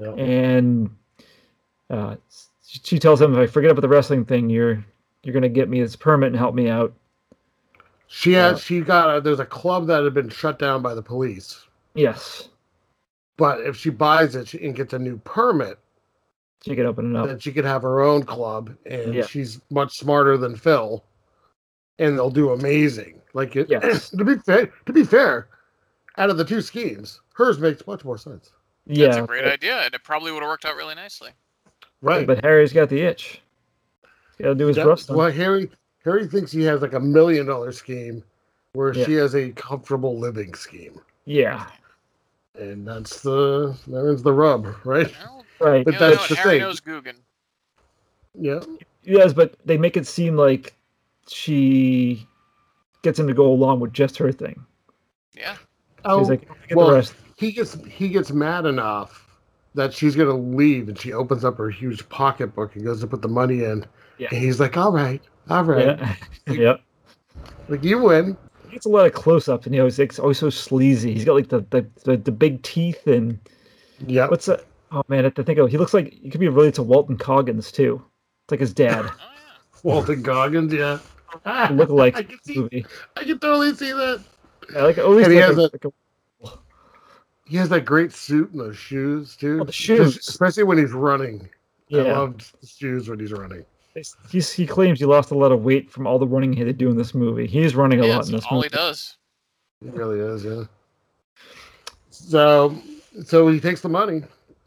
Speaker 4: Yeah.
Speaker 3: and uh, s- she tells him, "If I forget about the wrestling thing, you're you're gonna get me this permit and help me out."
Speaker 4: She had she got a, there's a club that had been shut down by the police.
Speaker 3: Yes,
Speaker 4: But if she buys it and gets a new permit,
Speaker 3: she can open it
Speaker 4: then
Speaker 3: up.
Speaker 4: she could have her own club, and
Speaker 3: Yeah.
Speaker 4: she's much smarter than Phil, and they'll do amazing. Like it,
Speaker 3: Yes.
Speaker 4: to be fair, to be fair, out of the two schemes, hers makes much more sense.
Speaker 3: Yeah,
Speaker 5: That's a great idea, and it probably would have worked out really nicely.
Speaker 4: Right.
Speaker 3: but Harry's got the itch. He's got to do his
Speaker 4: That's
Speaker 3: wrestling.
Speaker 4: why Harry Harry thinks he has like a million dollar scheme, where
Speaker 3: Yeah.
Speaker 4: she has a comfortable living scheme,
Speaker 3: Yeah,
Speaker 4: and that's the there's the rub, right?
Speaker 5: Well,
Speaker 3: right.
Speaker 4: But
Speaker 5: you
Speaker 4: that's
Speaker 5: know,
Speaker 4: the
Speaker 5: Harry
Speaker 4: thing.
Speaker 5: knows Guggen.
Speaker 4: Yeah.
Speaker 3: Yes, but they make it seem like she gets him to go along with just her thing.
Speaker 5: Yeah.
Speaker 3: She's like, forget
Speaker 4: Oh, well,
Speaker 3: the rest.
Speaker 4: he gets he gets mad enough that she's gonna leave and she opens up her huge pocketbook and goes to put the money in.
Speaker 3: Yeah.
Speaker 4: And he's like, All right, all right.
Speaker 3: Yeah, yeah.
Speaker 4: Like you win.
Speaker 3: He gets a lot of close-ups, and he always it's always so sleazy. He's got like the the, the, the big teeth and
Speaker 4: Yeah.
Speaker 3: What's that? Oh man, I have to think of. He looks like he could be related to Walton Coggins too. It's like his dad.
Speaker 5: Oh yeah.
Speaker 4: Walton Goggins, yeah.
Speaker 3: They look alike.
Speaker 4: I
Speaker 3: in
Speaker 4: can
Speaker 3: the
Speaker 4: see
Speaker 3: movie.
Speaker 4: I can totally see that.
Speaker 3: I like always.
Speaker 4: And he
Speaker 3: look
Speaker 4: has
Speaker 3: like- like
Speaker 4: He has that great suit and those shoes too.
Speaker 3: Oh, the shoes.
Speaker 4: Especially when he's running.
Speaker 3: a-
Speaker 4: I
Speaker 3: yeah.
Speaker 4: loved the shoes when he's running.
Speaker 3: He's, he claims he lost a lot of weight from all the running he had to do in this movie. He's running a
Speaker 5: yeah
Speaker 3: lot in
Speaker 5: that's
Speaker 3: this
Speaker 5: all
Speaker 3: movie.
Speaker 5: he does.
Speaker 4: It really is, yeah. So, so he takes the money,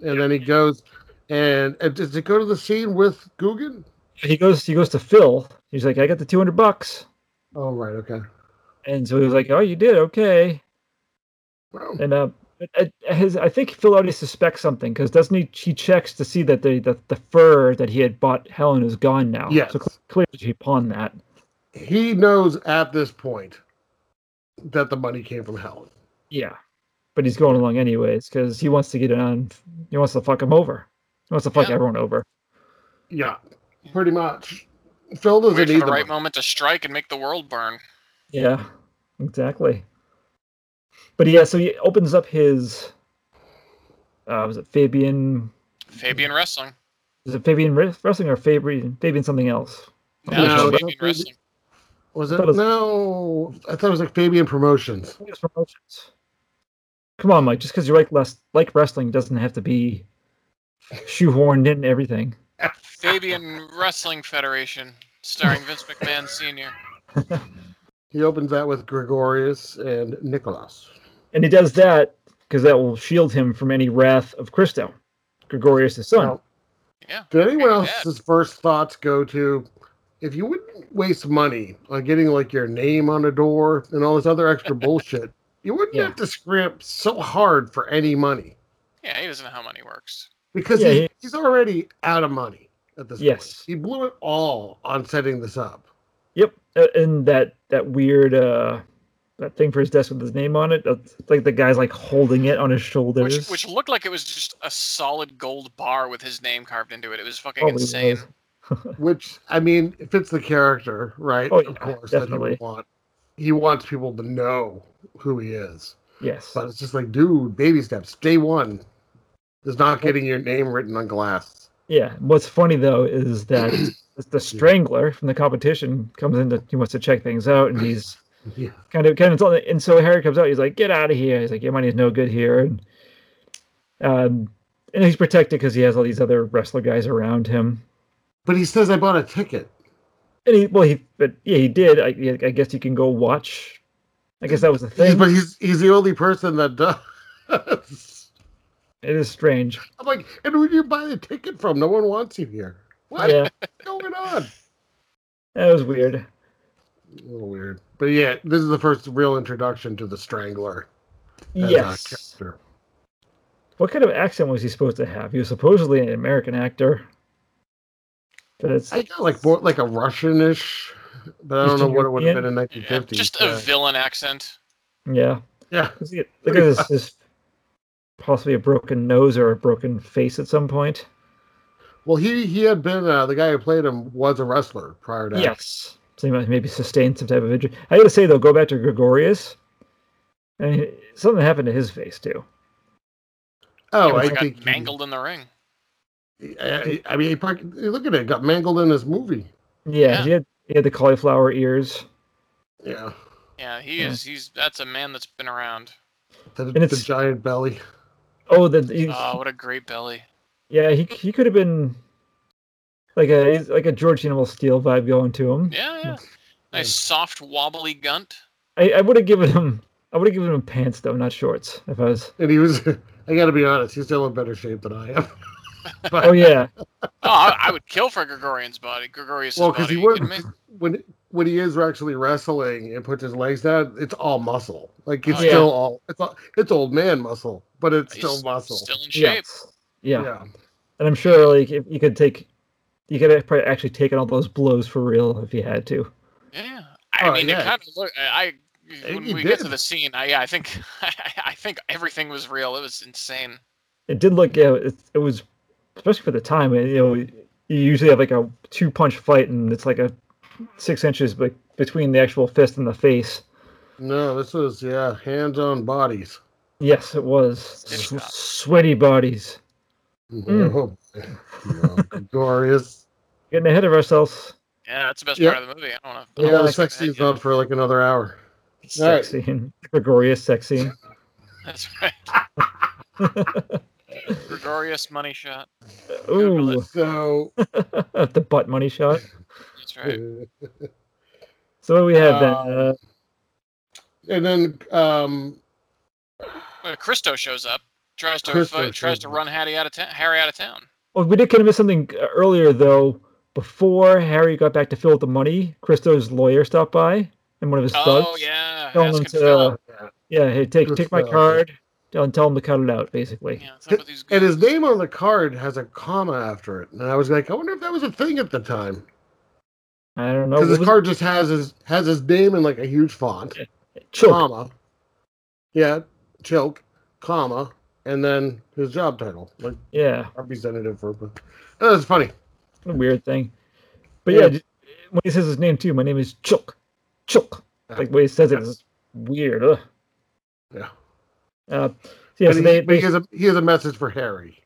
Speaker 4: and then he goes, and, and does it go to the scene with Guggen?
Speaker 3: He goes. He goes to Phil. He's like, "I got the two hundred bucks,"
Speaker 4: Oh, right, okay.
Speaker 3: and so he was like, "Oh, you did okay."
Speaker 4: Well,
Speaker 3: And uh, I- I- his, I think Phil already suspects something because doesn't he? He checks to see that the, the the fur that he had bought Helen is gone now.
Speaker 4: Yes.
Speaker 3: So cl- clearly he pawned that.
Speaker 4: he knows at this point that the money came from Helen.
Speaker 3: Yeah, but he's going along anyways because he wants to get it on. He wants to fuck him over. He wants to fuck
Speaker 5: Yeah.
Speaker 3: everyone over.
Speaker 4: Yeah, pretty much. Phil doesn't
Speaker 5: Wait for
Speaker 4: need
Speaker 5: the
Speaker 4: the
Speaker 5: right
Speaker 4: money.
Speaker 5: moment to strike and make the world burn.
Speaker 3: Yeah, exactly. But yeah, so he opens up his. Uh, was it Fabian?
Speaker 5: Fabian wrestling.
Speaker 3: Is it Fabian Wres- wrestling or Fabian Fabian something else?
Speaker 5: Yeah,
Speaker 4: No,
Speaker 5: it's
Speaker 4: no,
Speaker 5: Fabian
Speaker 4: Fabi-
Speaker 5: wrestling.
Speaker 4: Was
Speaker 3: I
Speaker 4: it?
Speaker 3: thought it was-
Speaker 4: No, I thought it was like Fabian Promotions.
Speaker 3: I think it's promotions. Come on, Mike. Just because you like less like wrestling doesn't have to be shoehorned in everything.
Speaker 5: Fabian Wrestling Federation, starring Vince McMahon Sr.
Speaker 4: He opens that with Gregorius and Nicholas.
Speaker 3: And he does that because that will shield him from any wrath of Christo, Gregorius' son.
Speaker 4: Now,
Speaker 5: Yeah.
Speaker 4: did anyone
Speaker 5: Very
Speaker 4: else's first thoughts go to if you wouldn't waste money on getting like your name on a door and all this other extra bullshit, you wouldn't
Speaker 3: Yeah.
Speaker 4: have to scrimp so hard for any money
Speaker 5: Yeah, he doesn't know how money works.
Speaker 4: because
Speaker 3: Yeah,
Speaker 4: he-
Speaker 3: he-
Speaker 4: he's already out of money at this
Speaker 3: Yes.
Speaker 4: point. He blew it all on setting this up.
Speaker 3: Yep, uh, and that that weird uh that thing for his desk with his name on it. That's like the guy's like holding it on his shoulders.
Speaker 5: Which, which looked like it was just a solid gold bar with his name carved into it. It was fucking
Speaker 3: Probably was.
Speaker 5: insane.
Speaker 4: Which I mean, it fits the character, right?
Speaker 3: Oh,
Speaker 4: of
Speaker 3: yeah,
Speaker 4: course, that he
Speaker 3: definitely.
Speaker 4: would want. He wants people to know who he is.
Speaker 3: Yes.
Speaker 4: But it's just like, dude, baby steps. Day one is not getting your name written on glass.
Speaker 3: Yeah. What's funny though is that the strangler from the competition comes in to he wants to check things out and he's
Speaker 4: Yeah.
Speaker 3: kind of kind of telling- and so Harry comes out, he's like, Get out of here. He's like, Your money's no good here and um and he's protected because he has all these other wrestler guys around him.
Speaker 4: But he says I bought a ticket.
Speaker 3: And he well he but yeah he did. I, I guess you can go watch. I guess that was the
Speaker 4: He's-
Speaker 3: thing.
Speaker 4: but he's he's the only person that does.
Speaker 3: It is strange.
Speaker 4: I'm like, and who do you buy the ticket from? No one wants you here. What
Speaker 3: Yeah,
Speaker 4: is going on?
Speaker 3: that was weird.
Speaker 4: A little weird. But yeah, this is the first real introduction to the Strangler. as a
Speaker 3: Yes.
Speaker 4: character.
Speaker 3: What kind of accent was he supposed to have? He was supposedly an American actor, but it's
Speaker 4: I got like more like a Russianish, but I don't know
Speaker 3: Eastern
Speaker 4: what it would have been in
Speaker 5: Yeah,
Speaker 4: 1950.
Speaker 5: just
Speaker 4: Yeah.
Speaker 5: a villain accent.
Speaker 3: yeah.
Speaker 4: yeah.
Speaker 3: Look at this is possibly a broken nose or a broken face at some point.
Speaker 4: Well, he he had been uh, the guy who played him was a wrestler prior to.
Speaker 3: Yes. So he might maybe sustain some type of injury. I gotta say though, go back to Gregorius. I mean, something happened to his face too.
Speaker 4: Oh,
Speaker 5: Oh,
Speaker 4: I
Speaker 5: I
Speaker 4: think
Speaker 5: got
Speaker 4: he-
Speaker 5: mangled in the ring.
Speaker 4: I, I mean, he probably, look at it. Got mangled in his movie.
Speaker 3: Yeah,
Speaker 5: Yeah.
Speaker 3: He, had, he had the cauliflower ears.
Speaker 4: Yeah.
Speaker 5: Yeah, he
Speaker 3: Yeah.
Speaker 5: is. He's that's a man that's been around.
Speaker 4: The,
Speaker 3: And
Speaker 4: the
Speaker 3: it's-
Speaker 4: giant belly.
Speaker 3: Oh, the he-
Speaker 5: Oh, what a great belly.
Speaker 3: Yeah, he he could have been like a he's like a George Animal Steel vibe going to him.
Speaker 5: Yeah, yeah. Nice soft wobbly gunt.
Speaker 3: I, I would have given him I would have given him pants though, not shorts. If I was
Speaker 4: And he was, I got to be honest, he's still in better shape than I am.
Speaker 3: oh yeah
Speaker 5: Oh, I, I would kill for Gregorian's body. Gregorius'
Speaker 4: well, because
Speaker 5: body.
Speaker 4: he
Speaker 5: you
Speaker 4: would,
Speaker 5: kidding me?
Speaker 4: when when he is actually wrestling and puts his legs down, it's all muscle. Like it's
Speaker 5: Oh,
Speaker 3: yeah.
Speaker 4: still all it's all, it's old man muscle, but it's still
Speaker 5: He's
Speaker 4: muscle.
Speaker 5: Still in shape.
Speaker 3: yes yeah.
Speaker 4: yeah.
Speaker 3: and I'm sure like if you could take you could have probably actually taken all those blows for real if you had to.
Speaker 5: Yeah, I
Speaker 4: Oh,
Speaker 5: mean,
Speaker 4: yeah.
Speaker 5: it kind of look. I I- when
Speaker 4: he
Speaker 5: we get to
Speaker 4: did.
Speaker 5: the scene, I yeah, I think I, think everything was real. It was insane.
Speaker 3: It did look yeah it, it was especially for the time you know you usually have like a two punch fight and it's like a six inches be- between the actual fist and the face.
Speaker 4: No, this is yeah, hands on bodies.
Speaker 3: Yes, it was
Speaker 5: Good
Speaker 3: Sw-
Speaker 5: job.
Speaker 3: sweaty bodies. Mm.
Speaker 4: Oh, no, glorious.
Speaker 3: getting ahead of ourselves.
Speaker 5: Yeah, that's the best
Speaker 4: Yeah.
Speaker 5: part of the movie. I don't know. I don't
Speaker 4: Yeah,
Speaker 5: know
Speaker 4: the
Speaker 5: what's
Speaker 4: sex
Speaker 5: gonna
Speaker 4: scene's
Speaker 5: happen.
Speaker 4: on for like another hour. All right.
Speaker 3: Sex scene. Gregorius sex scene.
Speaker 5: That's right. Gregorius money shot.
Speaker 3: Ooh.
Speaker 4: So
Speaker 3: the butt money shot.
Speaker 5: That's
Speaker 4: uh,
Speaker 5: right.
Speaker 3: So what do we have then?
Speaker 4: Um,
Speaker 3: Uh,
Speaker 4: and then um
Speaker 5: Well, Christo shows up, tries to
Speaker 4: Christo
Speaker 5: fight- tries
Speaker 4: shows
Speaker 5: to
Speaker 4: up.
Speaker 5: run Hattie out of town. Harry out of town.
Speaker 3: well, we did kind of miss something uh, earlier though. Before Harry got back to Phil with the money, Christo's lawyer stopped by and one of his thugs.
Speaker 5: Oh yeah,
Speaker 3: Telling him
Speaker 5: asking
Speaker 3: to,
Speaker 5: Phil.
Speaker 3: uh, yeah, hey, take
Speaker 4: Good
Speaker 3: take my
Speaker 4: fellow.
Speaker 3: card and tell him to cut it out, basically.
Speaker 5: Yeah, what's up with these
Speaker 4: and his
Speaker 5: goons?
Speaker 4: name on the card has a comma after it. And I was like, I wonder if that was a thing at the time.
Speaker 3: I don't know.
Speaker 4: Because
Speaker 3: What
Speaker 4: his
Speaker 3: was
Speaker 4: card just has his has his name in like a huge font.
Speaker 3: it? Chilk.
Speaker 4: Comma. Yeah, choke, comma, and then his job title. Like
Speaker 3: Yeah.
Speaker 4: representative for that's funny.
Speaker 3: A weird thing. But
Speaker 4: Yeah.
Speaker 3: yeah, j- when he says his name too, my name is Chilk. Chilk.
Speaker 4: Yeah.
Speaker 3: Like the way he says it is weird. Ugh.
Speaker 4: Yeah.
Speaker 3: Uh, so yeah,
Speaker 4: But
Speaker 3: so
Speaker 4: he,
Speaker 3: they,
Speaker 4: but he
Speaker 3: they,
Speaker 4: has a he has a message for Harry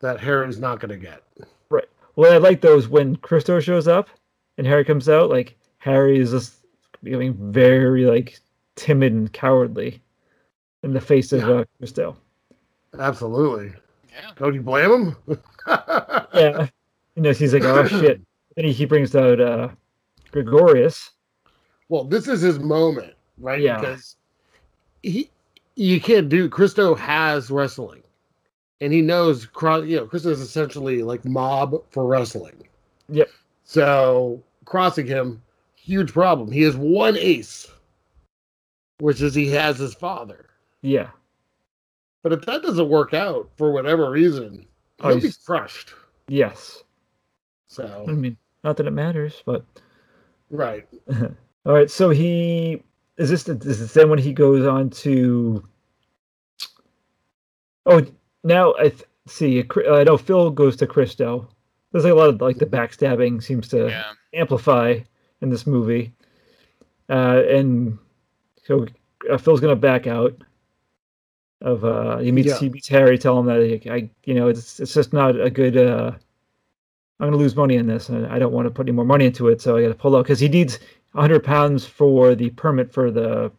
Speaker 4: that Harry's not gonna get.
Speaker 3: what I like though is when Christo shows up and Harry comes out, like Harry is just becoming very like timid and cowardly. in the face of
Speaker 4: Yeah.
Speaker 3: uh, Cousteau.
Speaker 4: Absolutely.
Speaker 5: Yeah.
Speaker 4: Don't you blame him?
Speaker 3: Yeah, you know, he's like, oh shit. Then he, he brings out uh, Gregorius.
Speaker 4: Well, this is his moment, right?
Speaker 3: Yeah.
Speaker 4: Because he, you can't do. Christo has wrestling, and he knows. Cro- You know, Christo is essentially like mob for wrestling.
Speaker 3: Yep.
Speaker 4: So crossing him, huge problem. He has one ace, which is he has his father.
Speaker 3: Yeah,
Speaker 4: But if that doesn't work out for whatever reason,
Speaker 3: Oh,
Speaker 4: he'll be
Speaker 3: he's- Mm.
Speaker 4: crushed.
Speaker 3: yes. I
Speaker 4: So
Speaker 3: mean, not that it matters, but
Speaker 4: right,
Speaker 3: all right. So he is this. The, is this then when he goes on to? Oh, now I th- see. Cri- I know Phil goes to Christo. There's like a lot of like the backstabbing seems to
Speaker 5: Yeah.
Speaker 3: amplify in this movie. Uh, and so uh, Phil's gonna back out of uh he meets
Speaker 4: Yeah.
Speaker 3: he meets Harry, tell him that like, I you know it's it's just not a good uh I'm gonna lose money in this and I don't want to put any more money into it, so I gotta pull out because he needs hundred pounds for the permit for the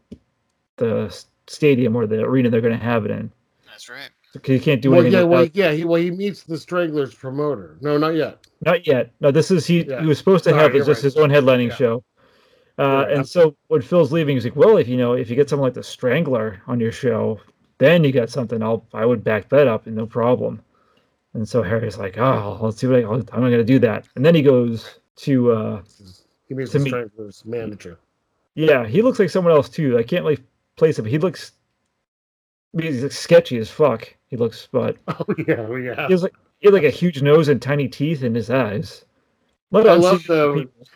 Speaker 3: the s- stadium or the arena they're gonna have it in.
Speaker 5: That's right.
Speaker 3: So he can't do
Speaker 4: well,
Speaker 3: anything.
Speaker 4: yeah,
Speaker 3: without-
Speaker 4: well, yeah. He, well, he meets the Strangler's promoter. No, not yet.
Speaker 3: Not yet. No, this is he.
Speaker 4: Yeah.
Speaker 3: He was supposed to
Speaker 4: Sorry,
Speaker 3: have
Speaker 4: you're
Speaker 3: it's just
Speaker 4: right.
Speaker 3: his own headlining
Speaker 4: Yeah.
Speaker 3: show.
Speaker 4: You're
Speaker 3: Uh,
Speaker 4: right.
Speaker 3: and so when Phil's leaving, he's like, "Well, if you know, if you get someone like the Strangler on your show, then you got something. I'll I would back that up, and no problem." And so Harry's like, "Oh, let's see what I, I'll, I'm not gonna do that." And then he goes to, uh,
Speaker 4: He meets
Speaker 3: To
Speaker 4: the
Speaker 3: me-
Speaker 4: Strangler's manager.
Speaker 3: yeah, he looks like someone else too. I can't really place him. He looks, I mean, he's like sketchy as fuck. He looks, but
Speaker 4: Oh yeah, oh, yeah.
Speaker 3: he has like he had like a huge nose and tiny teeth in his eyes. Let
Speaker 4: I
Speaker 3: us
Speaker 4: love
Speaker 3: see the
Speaker 4: the-
Speaker 3: people.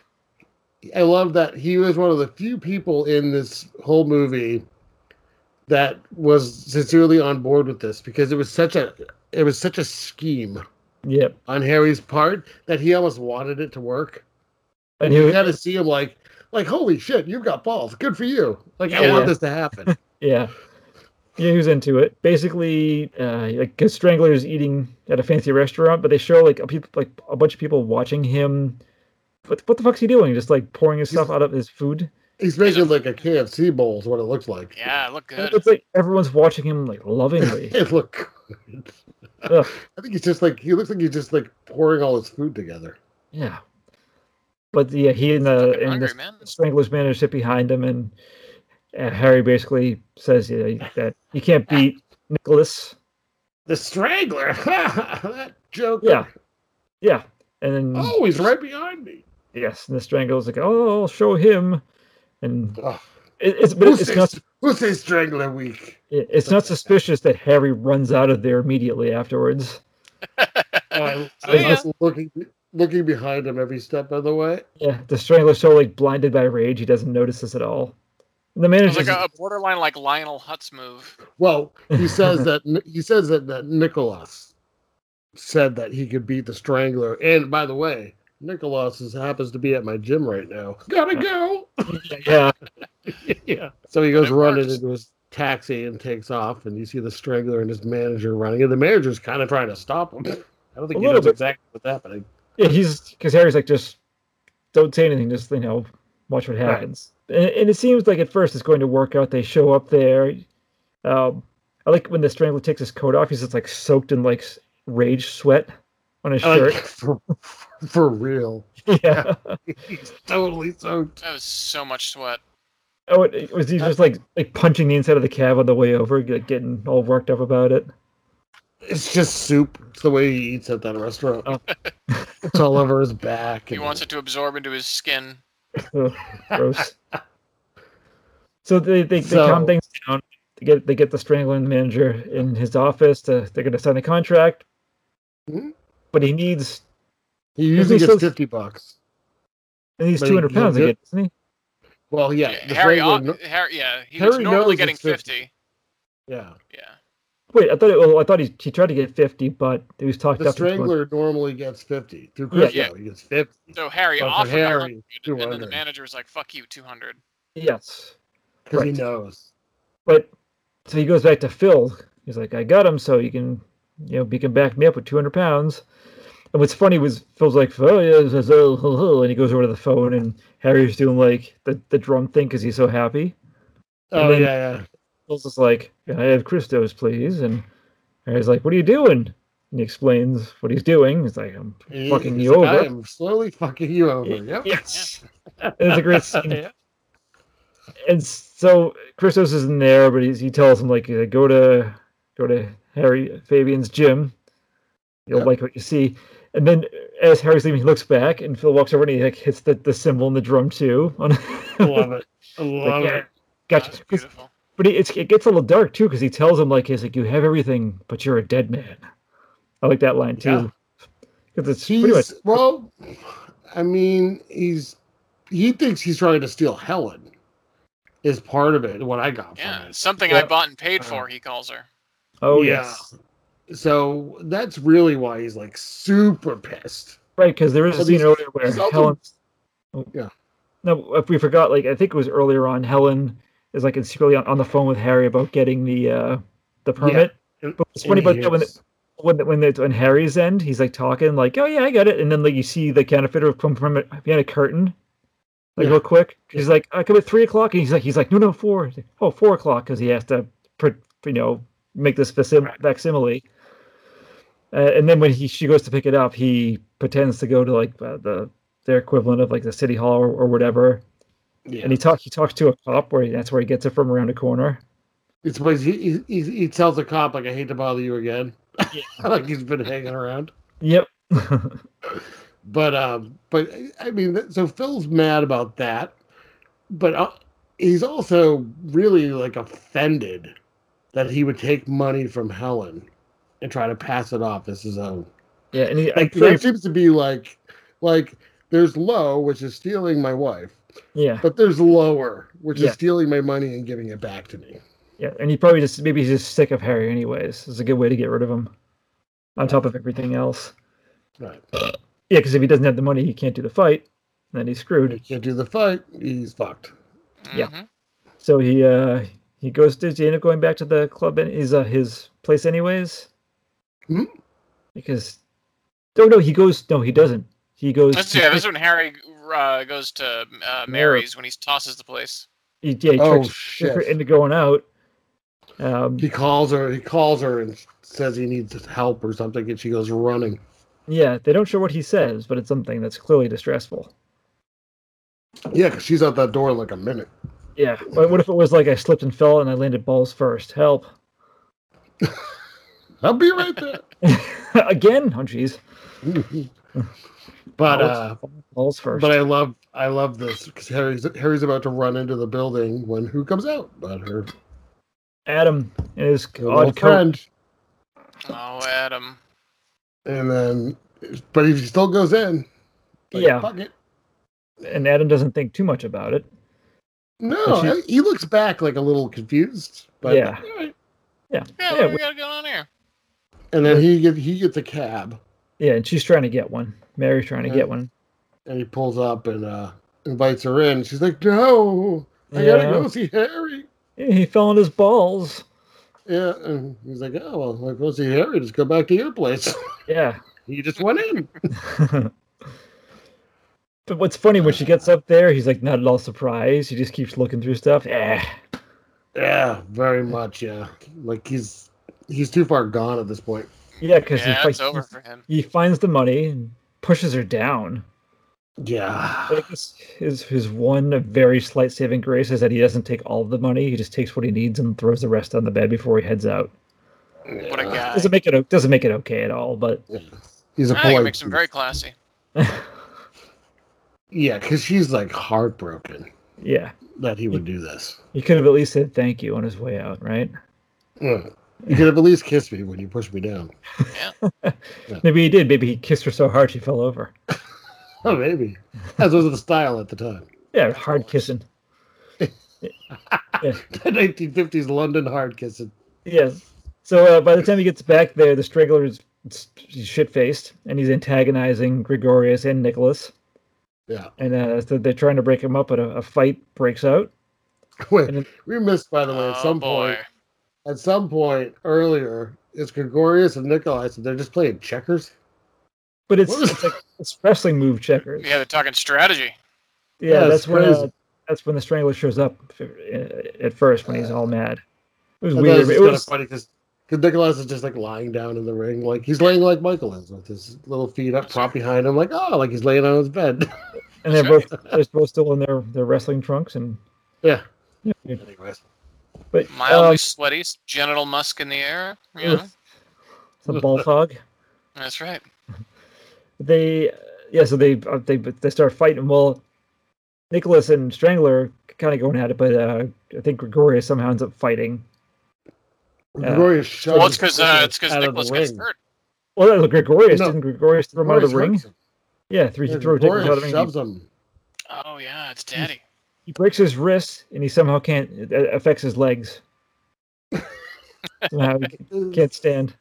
Speaker 4: I love that he was one of the few people in this whole movie that was sincerely on board with this because it was such a it was such a scheme
Speaker 3: Yep.
Speaker 4: on Harry's part that he almost wanted it to work.
Speaker 3: And
Speaker 4: You
Speaker 3: he,
Speaker 4: got to see him like like holy shit, you've got balls. Good for you. Like I
Speaker 3: Yeah.
Speaker 4: want this to happen.
Speaker 3: Yeah. Yeah, he was into it. Basically, uh, like a strangler is eating at a fancy restaurant, but they show like a people, like a bunch of people watching him. What what the fuck's he doing? Just like pouring his stuff out of his food.
Speaker 4: He's making like a KFC bowl is what it looked like.
Speaker 5: Yeah, look good.
Speaker 3: It's like everyone's watching him like lovingly.
Speaker 4: It looked good.
Speaker 3: Ugh,
Speaker 4: I think he's just like he looks like he's just like pouring all his food together.
Speaker 3: yeah. But yeah, he and
Speaker 5: Fucking
Speaker 3: the and
Speaker 5: hungry,
Speaker 3: the
Speaker 5: man.
Speaker 3: strangler's manager sit behind him, and uh, Harry basically says yeah, that you can't beat Nicholas.
Speaker 4: The strangler. that joke.
Speaker 3: Yeah. Yeah, and then
Speaker 4: Oh, he's right behind me.
Speaker 3: Yes, and the strangler's like, oh, I'll show him. And
Speaker 4: Ugh.
Speaker 3: it, it's but
Speaker 4: Who
Speaker 3: it's not
Speaker 4: says, who says strangler week?
Speaker 3: it- it's not suspicious that Harry runs out of there immediately afterwards.
Speaker 4: Uh,
Speaker 5: So,
Speaker 4: I was
Speaker 5: yeah.
Speaker 4: just looking looking behind him every step of the way.
Speaker 3: Yeah, the strangler's so like blinded by rage he doesn't notice this at all. And the
Speaker 5: It's
Speaker 3: manager's
Speaker 5: like a, a borderline like Lionel Hutz move.
Speaker 4: Well, he says that he says that, that Nicholas said that he could beat the strangler. And by the way, Nicholas is, happens to be at my gym right now. Gotta go.
Speaker 3: yeah,
Speaker 4: yeah. So he goes
Speaker 5: It
Speaker 4: running
Speaker 5: works.
Speaker 4: into his taxi and takes off, and you see the strangler and his manager running, and the manager's kind of trying to stop him. I don't think
Speaker 3: A
Speaker 4: he
Speaker 3: little
Speaker 4: knows
Speaker 3: bit.
Speaker 4: exactly what's happening.
Speaker 3: yeah, he's because Harry's like just don't say anything, just you know watch what
Speaker 4: Right.
Speaker 3: happens. And, and it seems like at first it's going to work out. They show up there. Um, I like when the strangler takes his coat off. He's just like soaked in like s- rage sweat on his
Speaker 4: Like,
Speaker 3: shirt.
Speaker 4: for, for real.
Speaker 3: yeah.
Speaker 4: He's totally soaked.
Speaker 5: That was so much sweat.
Speaker 3: Oh, it, it was he just like like punching the inside of the cab on the way over, like getting all worked up about it?
Speaker 4: It's just soup. It's the way he eats at that restaurant.
Speaker 3: Oh.
Speaker 4: it's all over his back.
Speaker 5: He
Speaker 4: and-
Speaker 5: wants it to absorb into his skin.
Speaker 3: Ugh, Gross. so they they, they calm
Speaker 4: So-
Speaker 3: things down. They get they get the strangler and the manager in his office. To, they're going to sign the contract,
Speaker 4: Mhm.
Speaker 3: but he needs
Speaker 4: He
Speaker 3: Isn't
Speaker 4: usually
Speaker 3: he
Speaker 4: gets
Speaker 3: so-
Speaker 4: 50 bucks.
Speaker 3: he needs
Speaker 4: But he-
Speaker 3: two hundred
Speaker 4: he'll
Speaker 3: pounds
Speaker 4: do-
Speaker 3: again, doesn't he?
Speaker 4: Well, yeah.
Speaker 5: Yeah,
Speaker 4: the
Speaker 5: Harry,
Speaker 4: strangler
Speaker 5: Au-
Speaker 4: kno-
Speaker 5: Harry, yeah, he
Speaker 4: Harry
Speaker 5: was normally
Speaker 4: knows
Speaker 5: getting
Speaker 4: it's 50.
Speaker 5: 50.
Speaker 4: yeah.
Speaker 5: Yeah.
Speaker 3: Wait, I thought it, well, I thought he he tried to get fifty, but he was talked
Speaker 4: The
Speaker 3: up. to 20.
Speaker 4: strangler normally gets 50. Through
Speaker 3: Yeah,
Speaker 4: Christo,
Speaker 5: yeah.
Speaker 4: he gets 50.
Speaker 5: So Harry
Speaker 4: But for
Speaker 5: offered
Speaker 4: Harry,
Speaker 5: 100, and then the
Speaker 4: 200.
Speaker 5: manager was like, "Fuck you, 200."
Speaker 3: Yes,
Speaker 4: Because he
Speaker 3: Right.
Speaker 4: knows.
Speaker 3: but so he goes back to Phil. He's like, I got him, so you can, you know, you can back me up with 200 pounds. And what's funny was Phil's like, oh, yeah, this is- oh, oh, oh," and he goes over to the phone, and Harry's doing like the, the drum thing because he's so happy.
Speaker 4: Oh,
Speaker 3: then-
Speaker 4: yeah, yeah.
Speaker 3: Michaels is like, "Can I have Christos, please?" And Harry's like, "What are you doing?" And he explains what he's doing. He's like, "I'm
Speaker 4: He-
Speaker 3: fucking
Speaker 4: he's
Speaker 3: you
Speaker 4: like, I
Speaker 3: over."
Speaker 4: am slowly fucking you over. Yep.
Speaker 3: Yes, And it's a great scene.
Speaker 5: Yeah.
Speaker 3: And so Christos isn't there, but he's, he tells him like, uh, "Go to go to Harry Fabian's gym. You'll
Speaker 4: Yep.
Speaker 3: like what you see." And then as Harry's leaving, he looks back, and Phil walks over and he like hits the, the cymbal and the drum too. On
Speaker 4: Love it. I love
Speaker 3: yeah.
Speaker 4: it.
Speaker 3: gotcha.
Speaker 5: That's
Speaker 3: 'Cause-
Speaker 5: beautiful.
Speaker 3: But it, it's, it gets a little dark too because he tells him like he's like you have everything but you're a dead man. I like that line
Speaker 4: Yeah.
Speaker 3: too because it's pretty much
Speaker 4: He's, well, I mean, he's he thinks he's trying to steal Helen. Is part of it what I got
Speaker 5: Yeah,
Speaker 4: from it.
Speaker 5: something I
Speaker 3: Yeah.
Speaker 5: bought and paid for. He calls her.
Speaker 3: oh
Speaker 4: yeah.
Speaker 3: yes
Speaker 4: So that's really why he's like super pissed.
Speaker 3: right because there is a
Speaker 4: But
Speaker 3: scene
Speaker 4: he's-
Speaker 3: earlier where
Speaker 4: he's also-
Speaker 3: Helen
Speaker 4: Yeah.
Speaker 3: no if we forgot like I think it was earlier on Helen is like in secretly on, on the phone with Harry about getting the uh the permit but what's funny about that when
Speaker 4: Idiots.
Speaker 3: when when it's on Harry's end, he's like talking like, "Oh yeah, I got it," and then like you see the counterfeiter come from behind a curtain, like
Speaker 4: Yeah.
Speaker 3: real quick. He's like, "I come at three o'clock," and he's like, "He's like, no, no, four. He's like, oh, four o'clock," because he has to, pr- you know, make this facsim-
Speaker 4: Right.
Speaker 3: facsimile. Uh, and then when he she goes to pick it up, he pretends to go to like uh, the their equivalent of like the city hall or, or whatever,
Speaker 4: yeah.
Speaker 3: and he talk he talks to a cop where he, that's where he gets it from around a corner.
Speaker 4: It's but he, he he tells the cop like I hate to bother you again. like he's been hanging around.
Speaker 3: Yep.
Speaker 4: But um, but I mean, th- so Phil's mad about that, but uh, he's also really like offended that he would take money from Helen and try to pass it off as his own.
Speaker 3: yeah, and he, I'm
Speaker 4: Like
Speaker 3: pretty-
Speaker 4: that seems to be like like there's low, which is stealing my wife,
Speaker 3: yeah.
Speaker 4: but there's lower, which
Speaker 3: Yeah.
Speaker 4: is stealing my money and giving it back to me.
Speaker 3: Yeah, and he probably just maybe he's just sick of Harry anyways. It's a good way to get rid of him. On top of everything else.
Speaker 4: Right.
Speaker 3: Yeah, because if he doesn't have the money, he can't do the fight. and Then he's
Speaker 4: He
Speaker 3: screwed.
Speaker 4: can't do the fight. He's fucked.
Speaker 3: Yeah.
Speaker 5: Mhm.
Speaker 3: So he uh he goes to he end up going back to the club and his uh, his place anyways.
Speaker 4: Hmm?
Speaker 3: Because no no he goes no he doesn't. He goes
Speaker 5: That's,
Speaker 3: to-
Speaker 5: yeah, this is when Harry uh, goes to uh, Mary's when he tosses the place.
Speaker 3: he, yeah, he
Speaker 4: Oh
Speaker 3: tricks
Speaker 4: shit.
Speaker 3: her into going out. Um
Speaker 4: He calls her. He calls her and says he needs help or something, and she goes running.
Speaker 3: yeah, they don't show what he says, but it's something that's clearly distressful.
Speaker 4: Yeah, 'cause she's out that door in like a minute.
Speaker 3: Yeah. But what if it was like I slipped and fell and I landed balls first? Help.
Speaker 4: I'll be right there.
Speaker 3: Again? Oh, jeez.
Speaker 4: but
Speaker 3: Balls-
Speaker 4: uh,
Speaker 3: balls first.
Speaker 4: but I love I love this because Harry's Harry's about to run into the building when who comes out but her
Speaker 3: Adam and his
Speaker 4: old
Speaker 3: odd coat.
Speaker 4: friend,
Speaker 5: Oh, Adam.
Speaker 4: and then but he still goes in. Like,
Speaker 3: Yeah.
Speaker 4: fuck it.
Speaker 3: And Adam doesn't think too much about it.
Speaker 4: No,
Speaker 3: But
Speaker 4: he looks back like a little confused. But
Speaker 3: Yeah.
Speaker 4: all right.
Speaker 3: Yeah.
Speaker 5: Yeah,
Speaker 3: Yeah,
Speaker 5: what we
Speaker 3: we-
Speaker 5: got going on here?
Speaker 4: And then he get, he gets a cab
Speaker 3: yeah. And she's trying to get one. Mary's trying to
Speaker 4: Yeah.
Speaker 3: get one.
Speaker 4: and he pulls up and uh invites her in. She's like, no, I gotta
Speaker 3: Yeah.
Speaker 4: go see Harry.
Speaker 3: Eh, He fell on his balls.
Speaker 4: Yeah, and he's like, oh well, like go see Harry. Just go back to your place.
Speaker 3: Yeah.
Speaker 4: he just went in.
Speaker 3: but what's funny when she gets up there, he's like not at all surprised. He just keeps looking through stuff. Eh.
Speaker 4: Yeah, very much. Yeah, like he's he's too far gone at this point.
Speaker 3: Yeah, because
Speaker 5: Yeah,
Speaker 3: he,
Speaker 5: it's
Speaker 3: fi-
Speaker 5: over for him.
Speaker 3: he finds the money and pushes her down.
Speaker 4: Yeah,
Speaker 3: Like this is his one very slight saving grace is that he doesn't take all of the money. He just takes what he needs and throws the rest on the bed before he heads out.
Speaker 5: What a guy.
Speaker 3: Doesn't make it o- doesn't make it okay at all, but
Speaker 4: Yeah. he's a
Speaker 5: I think it
Speaker 4: polite.
Speaker 5: makes him very classy.
Speaker 4: Yeah, because she's like heartbroken
Speaker 3: yeah,
Speaker 4: that he would do this.
Speaker 3: he could have at least said thank you on his way out, right?
Speaker 4: Mm. You could have at least kissed me when you pushed me down.
Speaker 3: Maybe he did. Maybe he kissed her so hard she fell over.
Speaker 4: Oh, maybe. As was the style at the time.
Speaker 3: Yeah, hard kissing.
Speaker 4: 1950s London hard kissing.
Speaker 3: Yes. So uh, by the time he gets back there, the straggler is shit faced and he's antagonizing Gregorius and Nicholas.
Speaker 4: Yeah.
Speaker 3: And uh, so they're trying to break him up, but a, a fight breaks out. And
Speaker 4: Wait,
Speaker 3: it-
Speaker 4: we missed, by the way, at
Speaker 5: oh,
Speaker 4: some
Speaker 5: boy.
Speaker 4: point. At some point earlier, it's Gregorius and Nikolai, and they're just playing checkers.
Speaker 3: But it's,
Speaker 4: What was-
Speaker 3: it's like it's wrestling move checkers.
Speaker 5: Yeah, they're talking strategy.
Speaker 3: Yeah,
Speaker 4: Yeah,
Speaker 3: that's
Speaker 4: it's
Speaker 3: when uh,
Speaker 4: crazy.
Speaker 3: that's when the Strangler shows up uh, at first when he's all mad. It was
Speaker 4: I thought
Speaker 3: weird.
Speaker 4: It was
Speaker 3: It
Speaker 4: kind
Speaker 3: was
Speaker 4: of funny because Nicholas is just like lying down in the ring, like he's laying like Michael is with his little feet up, prop behind him, like oh, like he's laying on his bed.
Speaker 3: and they're
Speaker 5: That's
Speaker 3: both they're both still in their, their wrestling trunks and
Speaker 4: yeah.
Speaker 3: yeah, yeah.
Speaker 4: Anyways,
Speaker 3: but
Speaker 5: Mildly
Speaker 4: Uh,
Speaker 3: um,
Speaker 5: sweaty, genital musk in the air. You know?
Speaker 3: some ball fog.
Speaker 5: That's right.
Speaker 3: They yeah, so they uh, they they start fighting. Well, Nicholas and Strangler kind of going at it, but uh, I think Gregoria somehow ends up fighting. Yeah.
Speaker 4: Gregorius shoves
Speaker 5: Well, it's because uh, it's because
Speaker 4: out of the
Speaker 5: Nicholas gets
Speaker 4: ring.
Speaker 5: hurt.
Speaker 3: Well, that was Gregorius
Speaker 4: No.
Speaker 3: didn't Gregorius throw him out of the ring?
Speaker 4: Gregorius hurts
Speaker 3: Yeah, three
Speaker 4: him. Yeah,
Speaker 3: throw Nicholas out of the
Speaker 4: Gregorius
Speaker 3: ring.
Speaker 4: shoves him.
Speaker 5: Oh yeah, it's daddy.
Speaker 3: He breaks his wrist, and he somehow can't. It it affects his legs. somehow he can't stand.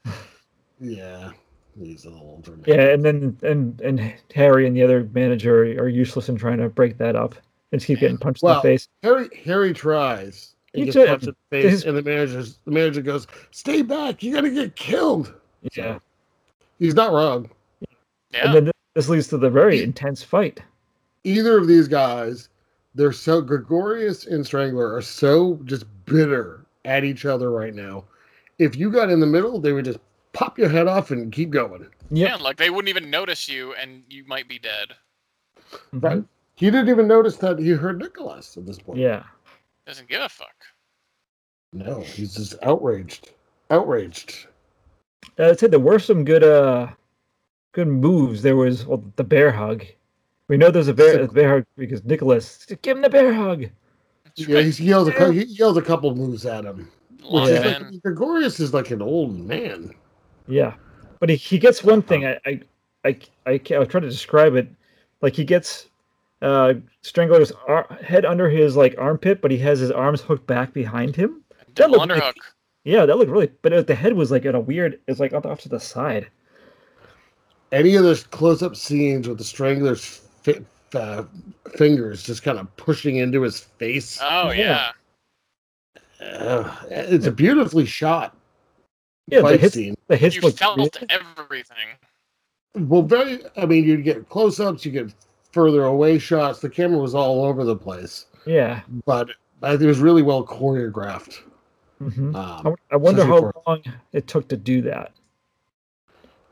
Speaker 4: Yeah, he's a little dramatic.
Speaker 3: Yeah, and then and and Harry and the other manager are useless in trying to break that up. And just keep getting punched in
Speaker 4: Well,
Speaker 3: the face.
Speaker 4: Harry Harry tries.
Speaker 3: He
Speaker 4: He gets
Speaker 3: did.
Speaker 4: punched in the face,
Speaker 3: His-
Speaker 4: and the manager's the manager goes, "Stay back! You're gonna get killed."
Speaker 3: Yeah,
Speaker 4: He's not wrong.
Speaker 5: Yeah.
Speaker 3: and then th- this leads to the very intense fight.
Speaker 4: Either of these guys, they're so Gregorius and Strangler are so just bitter at each other right now. If you got in the middle, they would just pop your head off and keep going.
Speaker 5: Yeah, like they wouldn't even notice you, and you might be dead.
Speaker 3: Mhm.
Speaker 4: Right? He didn't even notice that he heard Nicholas at this point.
Speaker 3: Yeah.
Speaker 5: Doesn't give a fuck.
Speaker 4: No, he's just outraged. Outraged.
Speaker 3: Uh, I'd say there were some good uh good moves. There was well, the bear hug. We know there's a bear, a bear hug because Nicholas give him the bear hug.
Speaker 5: That's
Speaker 4: Yeah,
Speaker 5: right.
Speaker 4: he yells a cou- he yells a couple moves at him.
Speaker 5: Long
Speaker 4: Which
Speaker 3: Yeah.
Speaker 4: is like-
Speaker 5: man.
Speaker 4: Gregorius is like an old man.
Speaker 3: Yeah, but he, he gets one thing. I I I I, can't, I try to describe it. Like he gets uh Strangler's ar- head under his like armpit, but he has his arms hooked back behind him.
Speaker 5: Double
Speaker 3: looked
Speaker 5: underhook.
Speaker 3: like- Yeah, that looked really. But it, the head was like at a weird. It's like up off to the side.
Speaker 4: Any of those close up scenes with the strangler's fi- uh, fingers just kind of pushing into his face.
Speaker 5: Oh
Speaker 3: Yeah.
Speaker 5: yeah.
Speaker 4: Ugh, it's a beautifully shot
Speaker 3: Yeah, the
Speaker 4: fight
Speaker 3: hits.
Speaker 4: scene.
Speaker 3: The hits
Speaker 5: You
Speaker 3: looked
Speaker 5: felt
Speaker 3: real-
Speaker 5: everything.
Speaker 4: Well, very, I mean, you'd get close ups, you get further away shots. The camera was all over the place,
Speaker 3: Yeah.
Speaker 4: but I think it was really well choreographed.
Speaker 3: hmm I,
Speaker 4: Um,
Speaker 3: I wonder how
Speaker 4: Especially
Speaker 3: long it took to do that.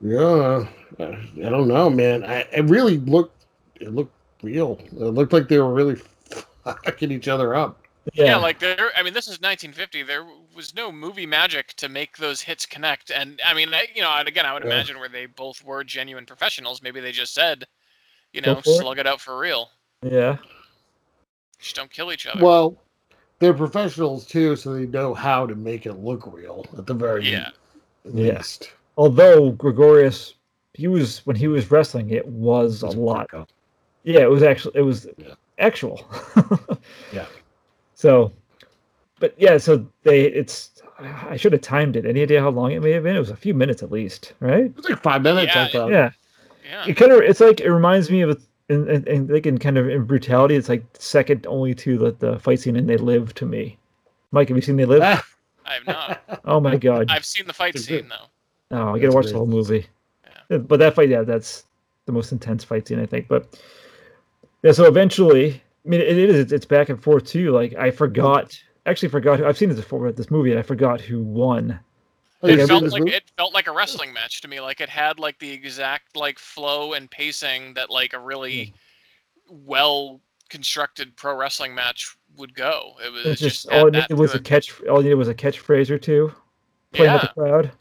Speaker 4: yeah, I I don't know, man. I, it really looked, it looked real. It looked like they were really fucking each other up.
Speaker 5: Yeah. like there. I mean, this is 1950. There was no movie magic to make those hits connect. And I mean, I, you know, and again, I would
Speaker 4: Yeah.
Speaker 5: imagine where they both were genuine professionals. Maybe they just said, you
Speaker 3: Go
Speaker 5: know,
Speaker 3: for it.
Speaker 5: slug it out for real.
Speaker 3: yeah.
Speaker 5: Just don't kill each other.
Speaker 4: Well, they're professionals too, so they know how to make it look real at the very
Speaker 5: Yeah.
Speaker 4: least.
Speaker 3: Although Gregorius, he was when he was wrestling, it was a lot. Yeah, it was actually it was
Speaker 4: Yeah.
Speaker 3: actual.
Speaker 4: Yeah.
Speaker 3: So, but yeah, so they it's I should have timed it. Any idea how long it may have been? It was a few minutes at least, right?
Speaker 4: It's like five minutes,
Speaker 5: Yeah,
Speaker 4: I thought.
Speaker 3: yeah.
Speaker 5: yeah.
Speaker 3: It kind of it's like it reminds me of a, and, and, and like in kind of in brutality, it's like second only to the, the fight scene in They Live to me. Mike, have you seen They Live?
Speaker 4: Ah,
Speaker 5: I've not.
Speaker 3: oh my god!
Speaker 5: I've seen the fight
Speaker 4: It's a
Speaker 5: scene though.
Speaker 3: Oh, I gotta
Speaker 4: That's
Speaker 3: watch
Speaker 4: great.
Speaker 3: the whole movie. Uh, But that fight, yeah, that's the most intense fight scene I think. But yeah, so eventually, I mean, it is it's back and forth too. Like I forgot, actually forgot. I've seen this before, this movie, and I forgot who won.
Speaker 4: oh, you've
Speaker 5: it
Speaker 4: seen
Speaker 5: felt
Speaker 4: this
Speaker 5: like
Speaker 4: movie?
Speaker 5: it felt like a wrestling match to me. Like it had like the exact like flow and pacing that like a really well constructed pro wrestling match would go. It was
Speaker 3: It's
Speaker 5: just,
Speaker 3: just all
Speaker 5: had
Speaker 3: it
Speaker 5: that
Speaker 3: needed was
Speaker 5: to
Speaker 3: a catch. All it needed was a catchphrase or two. Playing with
Speaker 5: yeah.
Speaker 3: the crowd.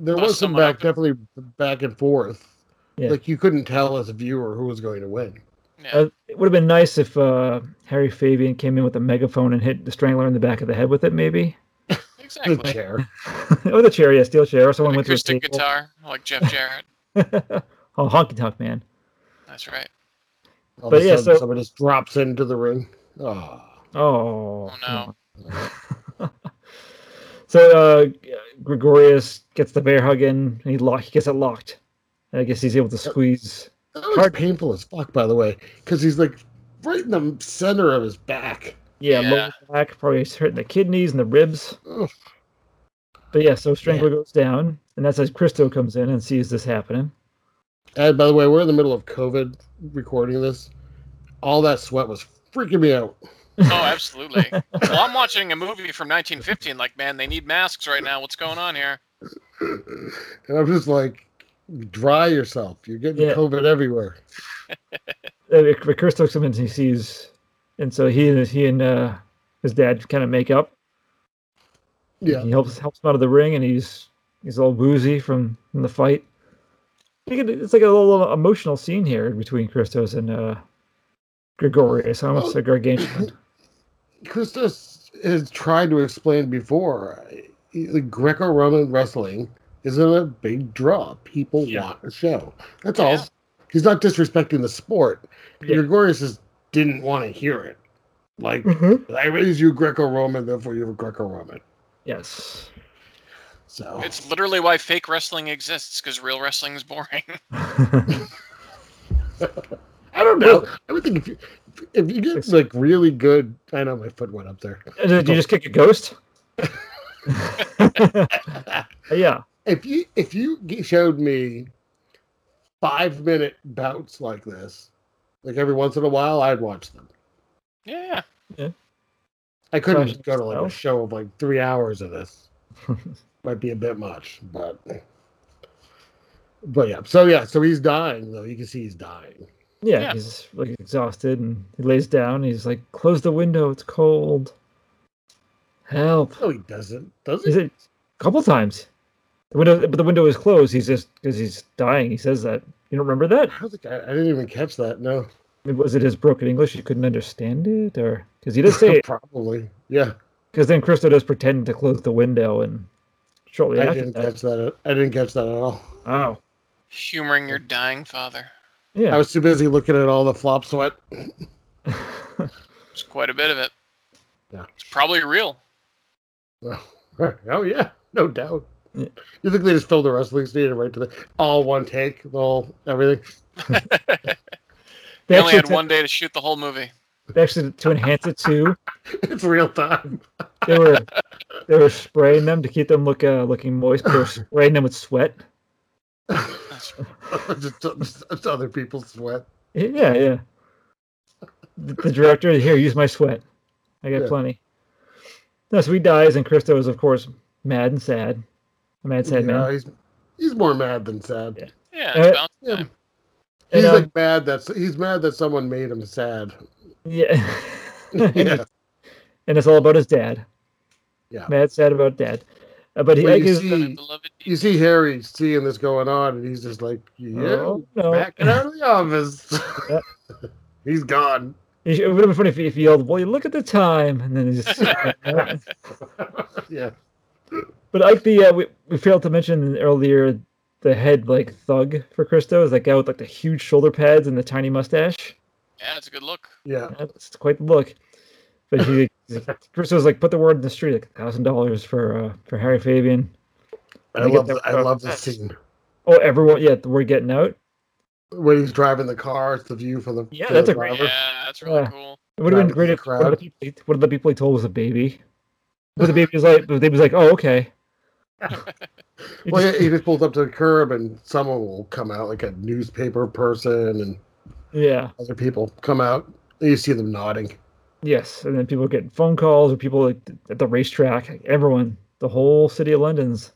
Speaker 4: there
Speaker 5: bust
Speaker 4: was some
Speaker 5: someone
Speaker 4: back,
Speaker 5: up.
Speaker 4: definitely back and forth.
Speaker 3: Yeah.
Speaker 4: Like you couldn't tell as a viewer who was going to win.
Speaker 5: yeah.
Speaker 3: Uh, it would have been nice if uh, Harry Fabian came in with a megaphone and hit the Strangler in the back of the head with it, maybe,
Speaker 4: The
Speaker 5: exactly.
Speaker 4: chair.
Speaker 3: or the chair, yeah, steel chair, or someone
Speaker 5: An
Speaker 3: went through
Speaker 5: acoustic guitar like Jeff Jarrett.
Speaker 3: guitar. oh, honky tonk man.
Speaker 5: That's right.
Speaker 4: All
Speaker 3: But
Speaker 4: of a
Speaker 3: yeah,
Speaker 4: sudden,
Speaker 3: so-
Speaker 4: someone just drops into the ring. Oh,
Speaker 3: Oh,
Speaker 5: Oh,
Speaker 3: come
Speaker 5: no.
Speaker 3: on. so uh, Gregorius gets the bear hug in, and he lock he gets it locked. And I guess he's able to squeeze.
Speaker 4: that was
Speaker 3: Hard-
Speaker 4: painful as fuck, by the way, because he's like right in the center of his back.
Speaker 3: Yeah, lower
Speaker 5: Yeah.
Speaker 3: back probably it's hurting the kidneys and the ribs.
Speaker 4: Ugh.
Speaker 3: But yeah, so Strangler goes down, and that's as Christo comes in and sees this happening.
Speaker 4: And by the way, we're in the middle of COVID recording this. All that sweat was freaking me out.
Speaker 5: Oh, absolutely. well, I'm watching a movie from 1915. Like, man, they need masks right now. What's going on here?
Speaker 4: And I'm just like, dry yourself. You're getting
Speaker 3: Yeah.
Speaker 4: COVID everywhere.
Speaker 3: Uh, Rick Kirst looks him and he sees, and so he and his, he and uh, his dad kind of make up.
Speaker 4: Yeah.
Speaker 3: He helps helps him out of the ring, and he's he's all woozy from, from the fight. You could- It's like a little emotional scene here between Christos and uh, Gregorius. I almost said Gargantuan. Mm-hmm.
Speaker 4: Christos has tried to explain before the Greco Roman wrestling isn't a big draw. People
Speaker 3: Yeah.
Speaker 4: want a show. That's
Speaker 5: Yeah.
Speaker 4: all. He's not disrespecting the sport.
Speaker 3: Yeah.
Speaker 4: Gregorius just didn't want to hear it. Like, I raised you Greco Roman, therefore you're Greco Roman.
Speaker 3: Yes.
Speaker 4: So
Speaker 5: It's literally why fake wrestling exists because real wrestling is boring.
Speaker 4: I don't know. I would think if you, if you get like really good, I know my foot went up there.
Speaker 3: Uh, Did you just kick a ghost? yeah.
Speaker 4: if you if you g- showed me five minute bouts like this, like every once in a while, I'd watch them.
Speaker 5: yeah.
Speaker 4: I couldn't
Speaker 3: Fresh
Speaker 4: just go to like
Speaker 3: style.
Speaker 4: a show of like three hours of this. Might be a bit much, but but yeah. So yeah, so he's dying though. You can see he's dying.
Speaker 3: yeah,
Speaker 5: Yeah.
Speaker 3: he's like exhausted and he lays down. He's like, "Close the window. It's cold. Help!"
Speaker 4: No, he doesn't. Does
Speaker 3: Is
Speaker 4: he?
Speaker 3: it a couple times? The window, but the window is closed. He's just because he's dying. He says that. You don't remember that?
Speaker 4: I don't think I, I didn't even catch that. No,
Speaker 3: Was it his broken English? You couldn't understand it, or because he does say
Speaker 4: probably. Yeah,
Speaker 3: because then Christo does pretend to close the window, and shortly
Speaker 4: I
Speaker 3: after
Speaker 4: didn't
Speaker 3: that,
Speaker 4: catch that. I didn't catch that at all.
Speaker 3: wow,
Speaker 5: Humoring your dying father.
Speaker 3: yeah,
Speaker 4: I was too busy looking at all the flop sweat.
Speaker 5: There's quite a bit of it.
Speaker 4: Yeah.
Speaker 5: It's probably real.
Speaker 4: Oh yeah, no doubt.
Speaker 3: Yeah.
Speaker 4: You think they just filled the wrestling theater right to the all one take, the whole everything?
Speaker 5: They, only
Speaker 3: actually
Speaker 5: had
Speaker 3: to-
Speaker 5: one day to shoot the whole movie.
Speaker 3: They actually to enhance it too.
Speaker 4: It's real time.
Speaker 3: they were they were spraying them to keep them look uh, looking moist. But they were spraying them with sweat.
Speaker 4: just, just- just other people's sweat.
Speaker 3: Yeah, yeah. The, the director here, use my sweat. I got
Speaker 4: Yeah.
Speaker 3: plenty. No, so he dies, and Christo is of course mad and sad. A mad, sad
Speaker 4: You know,
Speaker 3: man.
Speaker 4: he's he's more mad than sad.
Speaker 3: Yeah.
Speaker 5: Yeah. It's
Speaker 3: Uh,
Speaker 5: about
Speaker 4: Yeah.
Speaker 3: And,
Speaker 4: He's
Speaker 3: um,
Speaker 4: like mad that he's mad that someone made him sad.
Speaker 3: yeah.
Speaker 4: yeah.
Speaker 3: and it's all about his dad.
Speaker 4: Yeah.
Speaker 3: Mad, sad about dad. Uh, but he
Speaker 4: Well,
Speaker 3: like,
Speaker 4: you
Speaker 3: his,
Speaker 4: see-
Speaker 5: my beloved
Speaker 4: You see Harry seeing this going on, and he's just like, "Yeah,
Speaker 3: Oh, no.
Speaker 4: back out of the office."
Speaker 3: Yeah.
Speaker 4: he's gone.
Speaker 3: he- it would have been funny if he, if he yelled, "Well, you look at the time," and then he just.
Speaker 4: yeah.
Speaker 3: But like the uh, we, we failed to mention earlier the head like thug for Christo is that guy with like the huge shoulder pads and the tiny mustache.
Speaker 5: Yeah, it's a good look.
Speaker 4: Yeah.
Speaker 3: That's quite the look. But he Christo's like put the word in the street like thousand dollars for uh, for Harry Fabian.
Speaker 4: I
Speaker 3: They get
Speaker 4: love
Speaker 3: their
Speaker 4: the, I
Speaker 3: own
Speaker 4: love the
Speaker 3: vest.
Speaker 4: scene.
Speaker 3: Oh everyone yeah, the word getting out.
Speaker 4: when he's driving the car, it's the view for the
Speaker 3: Yeah,
Speaker 4: for
Speaker 3: that's
Speaker 4: the
Speaker 3: a great-
Speaker 4: driver.
Speaker 5: Yeah, that's really
Speaker 3: Yeah.
Speaker 5: cool.
Speaker 3: It would have
Speaker 4: Right,
Speaker 3: been great
Speaker 4: the
Speaker 3: if one of, the
Speaker 4: crowd.
Speaker 3: people, he- one of the people he told was a baby. But the baby was like the baby was like, Oh, okay. He
Speaker 4: Well,
Speaker 3: just-
Speaker 4: yeah, he just pulls up to the curb, and someone will come out, like a newspaper person, and
Speaker 3: yeah.
Speaker 4: other people come out. And you see them nodding.
Speaker 3: Yes, and then people get phone calls or people like at the racetrack. like, Everyone, the whole city of London's.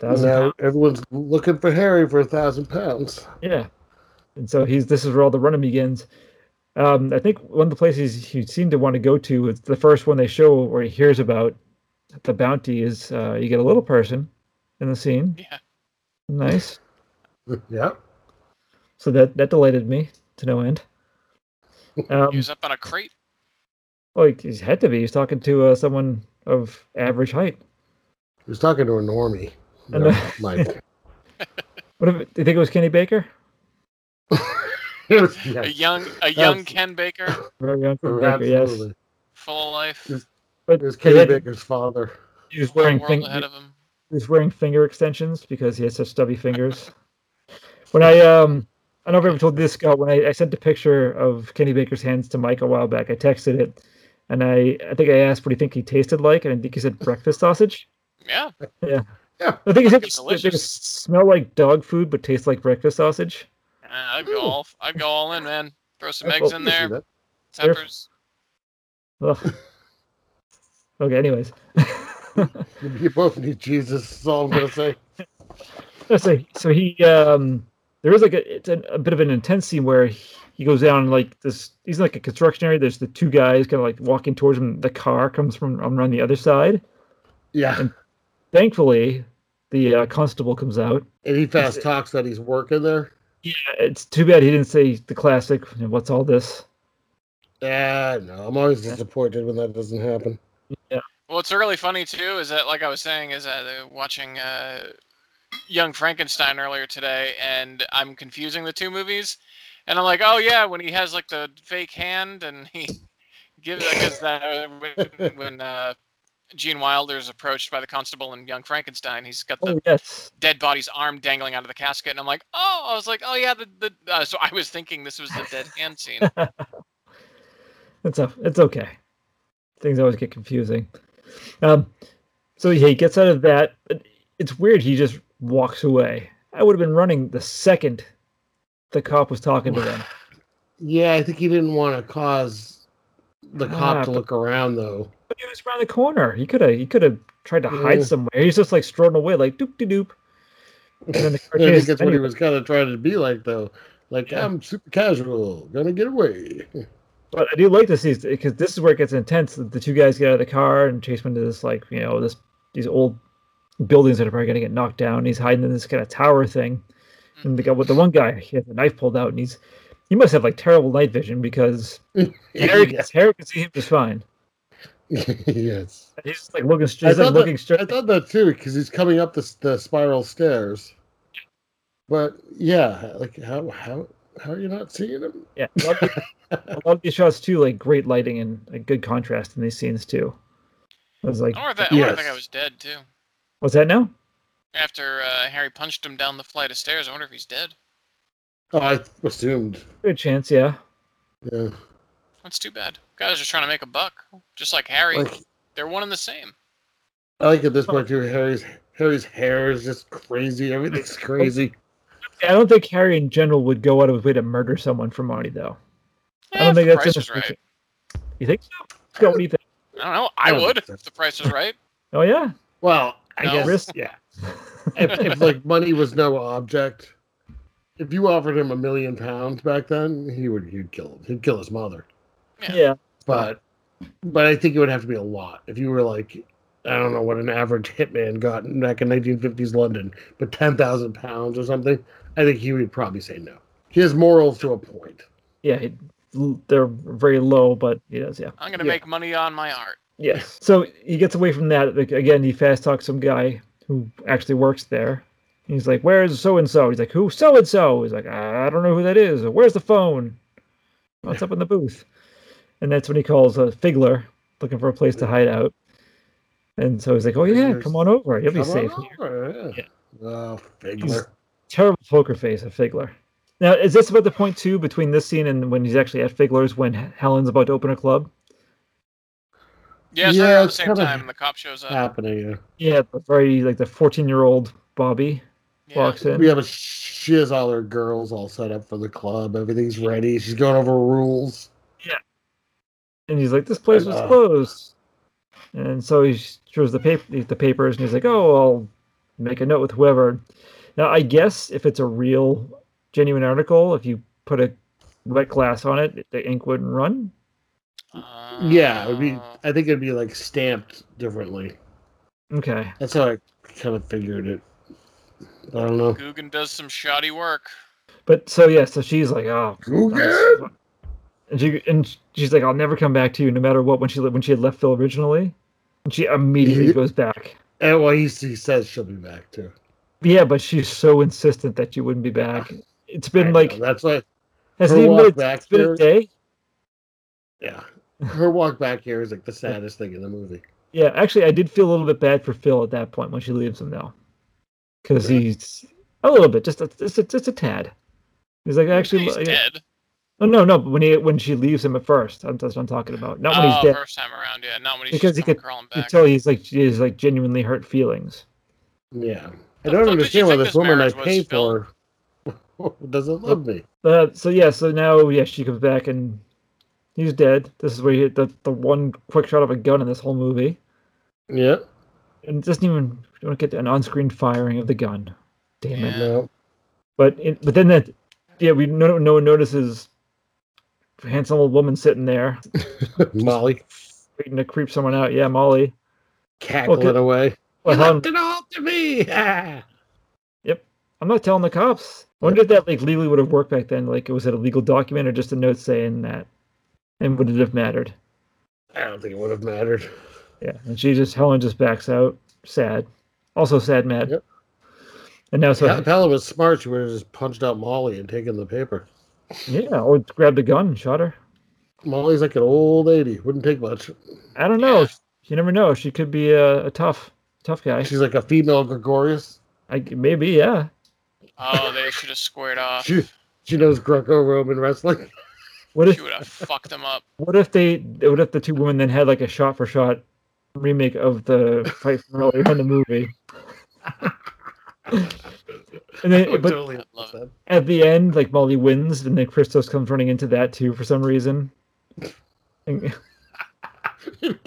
Speaker 4: And
Speaker 3: Thousand
Speaker 4: now everyone's looking for Harry for a thousand pounds.
Speaker 3: pound- yeah, and so he's this is where all the running begins. Um, I think one of the places he seemed to want to go to is the first one they show where he hears about the bounty is uh, you get a little person in the scene.
Speaker 5: Yeah.
Speaker 3: Nice.
Speaker 4: yeah,
Speaker 3: So that that delighted me to no end. Um,
Speaker 5: He was up on a crate.
Speaker 3: like he's had to be. He's talking to uh, someone of average height.
Speaker 4: he was talking to a normie.
Speaker 3: And
Speaker 4: No,
Speaker 3: the-
Speaker 4: Mike.
Speaker 3: What if, do you think it was Kenny Baker?
Speaker 4: It was- yeah,
Speaker 5: A young a young
Speaker 4: Absolutely.
Speaker 5: Ken Baker,
Speaker 3: Very young Kenny Baker, yes.
Speaker 4: absolutely.
Speaker 5: full of life.
Speaker 4: Yes.
Speaker 3: But
Speaker 4: It was
Speaker 3: he
Speaker 4: Kenny
Speaker 3: had-
Speaker 4: Baker's father.
Speaker 3: He was
Speaker 5: whole
Speaker 3: wearing
Speaker 5: world
Speaker 3: fing-
Speaker 5: ahead of him.
Speaker 3: he was wearing finger extensions because he has such stubby fingers. when I um I don't know if I ever told you this Scott, when I, I sent a picture of Kenny Baker's hands to Mike a while back, I texted it and I, I think I asked what do you think he tasted like, and I think he said breakfast sausage.
Speaker 5: Yeah,
Speaker 3: I think he said
Speaker 5: It's
Speaker 3: they just
Speaker 5: delicious.
Speaker 3: smell like dog food but taste like breakfast sausage.
Speaker 5: Uh, I'd go all I'd go all in, man. Throw some
Speaker 4: I
Speaker 5: eggs
Speaker 4: totally
Speaker 5: in
Speaker 4: see
Speaker 5: there,
Speaker 4: that.
Speaker 5: peppers.
Speaker 3: Ugh. okay, anyways.
Speaker 4: You both need Jesus. Is all I'm gonna say.
Speaker 3: so, so he um there is like a it's an, a bit of an intense scene where he, he goes down like this he's in like a construction area there's the two guys kind of like walking towards him the car comes from around the other side
Speaker 4: Yeah,
Speaker 3: And- thankfully the uh, constable comes out
Speaker 4: and he fast talks that he's working there.
Speaker 3: yeah it's too bad he didn't say the classic you know, what's all this
Speaker 4: Yeah, no, I'm always disappointed when that doesn't happen.
Speaker 5: Well, it's really funny too. Is that like I was saying? Is that uh, watching uh, Young Frankenstein earlier today, and I'm confusing the two movies. And I'm like, oh yeah, when he has like the fake hand, and he gives because that uh, when, when uh, Gene Wilder is approached by the constable in Young Frankenstein, he's got the
Speaker 3: oh yes
Speaker 5: dead body's arm dangling out of the casket, and I'm like, oh, I was like, oh yeah, the, the uh, so I was thinking this was the dead hand scene.
Speaker 3: It's o- it's okay. Things always get confusing. Um, so yeah, he gets out of that. but It's weird. He just walks away. I would have been running the second the cop was talking to them.
Speaker 4: Yeah, I think he didn't want to cause the cop
Speaker 3: Ah,
Speaker 4: to
Speaker 3: but-
Speaker 4: look around though.
Speaker 3: But he was around the corner. He could have he could have tried to
Speaker 4: Yeah.
Speaker 3: hide somewhere. He's just like strolling away, like doop de doop. And then the car
Speaker 4: I think
Speaker 3: chases
Speaker 4: that's what he
Speaker 3: anyway.
Speaker 4: was kind of trying to be like though. Like
Speaker 3: Yeah.
Speaker 4: I'm super casual, gonna get away.
Speaker 3: But I do like this because this is where it gets intense. The the two guys get out of the car and chase him into this like you know this these old buildings that are probably going to get knocked down. He's hiding in this kind of tower thing, and they got with the
Speaker 4: Mm-hmm.
Speaker 3: one guy he has a knife pulled out, and he's he must have like terrible night vision because Harry, can- Harry can see him just fine.
Speaker 4: yes.
Speaker 3: And He's just, like looking
Speaker 4: I
Speaker 3: straight, he's, like,
Speaker 4: thought that-
Speaker 3: looking straight.
Speaker 4: I thought that too because he's coming up the s- the spiral stairs. But yeah, like how how how are you not seeing him?
Speaker 3: yeah, a lot, of, a lot of these shots too, like great lighting and like, good contrast in these scenes too. I was like,
Speaker 5: I wonder if that. I wonder if that guy
Speaker 4: Yes.
Speaker 5: was dead too.
Speaker 3: what's that now?
Speaker 5: After uh, Harry punched him down the flight of stairs, I wonder if he's dead.
Speaker 4: Oh, I assumed.
Speaker 3: Good chance, yeah.
Speaker 4: Yeah.
Speaker 5: That's too bad. Guys are trying to make a buck, just like Harry.
Speaker 4: Like
Speaker 5: They're one and the same.
Speaker 4: I like at this point too. Harry's Harry's hair is just crazy. Everything's crazy.
Speaker 3: I don't think Harry in general would go out of his way to murder someone for money, though. I
Speaker 5: Eh,
Speaker 3: don't
Speaker 5: if
Speaker 3: think
Speaker 5: the
Speaker 3: that's
Speaker 5: price
Speaker 3: in
Speaker 5: is
Speaker 3: the future.
Speaker 5: right.
Speaker 3: You think so? Scott, what do you think?
Speaker 5: I don't know. I
Speaker 4: I don't
Speaker 5: would
Speaker 4: think so.
Speaker 5: if the price is right.
Speaker 3: Oh yeah,
Speaker 4: Well, I
Speaker 5: No.
Speaker 4: guess
Speaker 3: Risk.
Speaker 4: yeah. if, if like money was no object, if you offered him a million pounds back then, he would he'd kill him. He'd kill his mother.
Speaker 5: Yeah.
Speaker 3: yeah.
Speaker 4: But but I think it would have to be a lot. If you were like I don't know what an average hitman got in- back in 1950s London, but 10,000 pounds or something, I think he would probably say no. He has morals to a point.
Speaker 3: yeah, he- l- they're very low, but he does, yeah.
Speaker 5: I'm gonna
Speaker 4: Yeah.
Speaker 5: make money on my art.
Speaker 3: Yes. So he gets away from that. Like, again, he fast talks some guy who actually works there. He's like, "Where's so and so?" He's like, "Who so and so?" He's like, "I don't know who that is." Or, Where's the phone? What's up in the booth? And that's when he calls a uh, Figler looking for a place to hide out. And so he's like, "Oh yeah,
Speaker 4: Figler's-
Speaker 3: come on over. You'll be
Speaker 4: Come on
Speaker 3: safe."
Speaker 4: over, yeah. Oh,
Speaker 3: He's-
Speaker 4: figure.
Speaker 3: terrible poker face at Figler. Now, is this about the point too between this scene and when he's actually at Figler's when Helen's about to open a club?
Speaker 5: Yeah, it's
Speaker 4: Yeah,
Speaker 5: right around the
Speaker 4: it's
Speaker 5: same
Speaker 4: kinda-
Speaker 5: time the cop shows up.
Speaker 4: Happening.
Speaker 3: Yeah, the very like the fourteen-year-old Bobby
Speaker 5: yeah.
Speaker 3: walks in.
Speaker 4: We have a. She has all her girls all set up for the club. Everything's ready. She's going over rules.
Speaker 3: and he's like, "This place was
Speaker 4: Uh,
Speaker 3: closed." And so he shows the paper, the papers, and he's like, "Oh, I'll make a note with whoever." Now, I guess if it's a real, genuine article, if you put a wet glass on it, the ink wouldn't run.
Speaker 5: Uh,
Speaker 4: Yeah, it would be. I think it'd be like stamped differently.
Speaker 3: Okay,
Speaker 4: That's how I kind of figured it. I don't know.
Speaker 5: Guggen does some shoddy work.
Speaker 3: but so yeah, so she's like, "Oh,
Speaker 4: Google.
Speaker 3: And she and she's like, "I'll never come back to you, no matter what." When she le- when she had left Phil originally, and she immediately
Speaker 4: Yeah.
Speaker 3: goes back.
Speaker 4: And well, he, he says she'll be back too.
Speaker 3: Yeah, but she's so insistent that she wouldn't be back. It's been
Speaker 4: I
Speaker 3: like
Speaker 4: know, that's why.
Speaker 3: has
Speaker 4: her
Speaker 3: it even
Speaker 4: walk
Speaker 3: been, a-
Speaker 4: back
Speaker 3: it's been
Speaker 4: there-
Speaker 3: a day?
Speaker 4: Yeah, her walk back here is like the saddest thing in the movie.
Speaker 3: Yeah, actually, I did feel a little bit bad for Phil at that point when she leaves him though, because he's a little bit just a, just a, just a tad. He's like actually,
Speaker 5: he's
Speaker 3: yeah.
Speaker 5: dead.
Speaker 3: oh no, no, when he when she leaves him at first, I'm, that's what I'm talking about. Not when
Speaker 5: Oh,
Speaker 3: he's dead.
Speaker 5: first time around, yeah. Not when he's
Speaker 3: Because
Speaker 5: just
Speaker 3: he
Speaker 5: coming
Speaker 3: could-
Speaker 5: crawling
Speaker 3: You
Speaker 5: back.
Speaker 3: tell he's like he's like genuinely hurt feelings.
Speaker 5: The
Speaker 4: Yeah, I
Speaker 5: fuck did
Speaker 4: don't
Speaker 5: you
Speaker 4: understand why
Speaker 5: think
Speaker 4: this
Speaker 5: this
Speaker 4: woman I
Speaker 5: marriage was,
Speaker 4: pay
Speaker 5: Phil?
Speaker 4: for doesn't love me.
Speaker 3: Uh, so yeah, so now yeah, she comes back and He's dead. This is where you hit the, the one quick shot of a gun in this whole movie.
Speaker 4: Yeah.
Speaker 3: And it doesn't even you don't get an on screen firing of the gun. Damn it.
Speaker 5: Yeah.
Speaker 4: No.
Speaker 3: But it, but then that yeah, we no no one notices handsome old woman sitting there
Speaker 4: Molly
Speaker 3: waiting to creep someone out. Yeah, Molly.
Speaker 4: cackling
Speaker 3: Okay.
Speaker 4: away.
Speaker 3: Well,
Speaker 4: you
Speaker 3: how-
Speaker 4: left it all to me. Ah.
Speaker 3: I'm not telling the cops. I wonder if that like legally would have worked back then. Like, was it a legal document or just a note saying that? And would it have mattered?
Speaker 4: I don't think it would have mattered.
Speaker 3: Yeah. And she just Helen just backs out, sad, also sad, mad.
Speaker 4: Yep.
Speaker 3: And now so
Speaker 4: Pa- Pella was smart. She would have just punched out Molly and taken the paper.
Speaker 3: yeah, or grabbed a gun and shot her.
Speaker 4: Molly's like an old lady. Wouldn't take much.
Speaker 3: I don't know.
Speaker 5: Yeah.
Speaker 3: You never know. She could be a, a tough, tough guy.
Speaker 4: She's like a female Gregorius.
Speaker 3: I maybe yeah.
Speaker 5: Oh, they should have squared off.
Speaker 4: She she knows Greco-Roman wrestling.
Speaker 3: What
Speaker 5: She
Speaker 3: if
Speaker 5: would have fucked them up.
Speaker 3: what if they what if the two women then had like a shot for shot remake of the fight from earlier in the movie? and then, but
Speaker 4: totally
Speaker 5: love
Speaker 4: that.
Speaker 3: at the end, like Molly wins, and then Christos comes running into that too for some reason. And-
Speaker 5: Uh,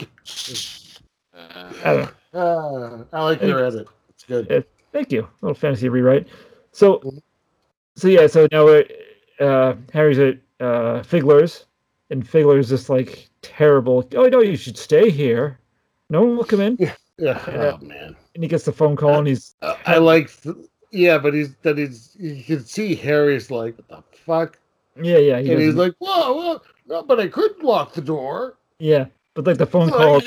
Speaker 3: I don't know.
Speaker 4: Ah, I like your edit. It's good.
Speaker 3: Thank you, little fantasy rewrite. So,
Speaker 4: Mhm.
Speaker 3: so yeah, so now we're, uh, Harry's at uh, Figler's, and Figler's just like terrible. Oh no, you should stay here. No one will come in.
Speaker 4: Yeah.
Speaker 3: Yeah.
Speaker 4: Oh man.
Speaker 3: And he gets the phone call, and he's
Speaker 4: Uh, I like. th- yeah, but he's that he's you can see Harry's like what the fuck,
Speaker 3: yeah, yeah, he
Speaker 4: and he's
Speaker 3: doesn't-
Speaker 4: like whoa, whoa, no, but I could lock the door.
Speaker 3: yeah. But like the phone call,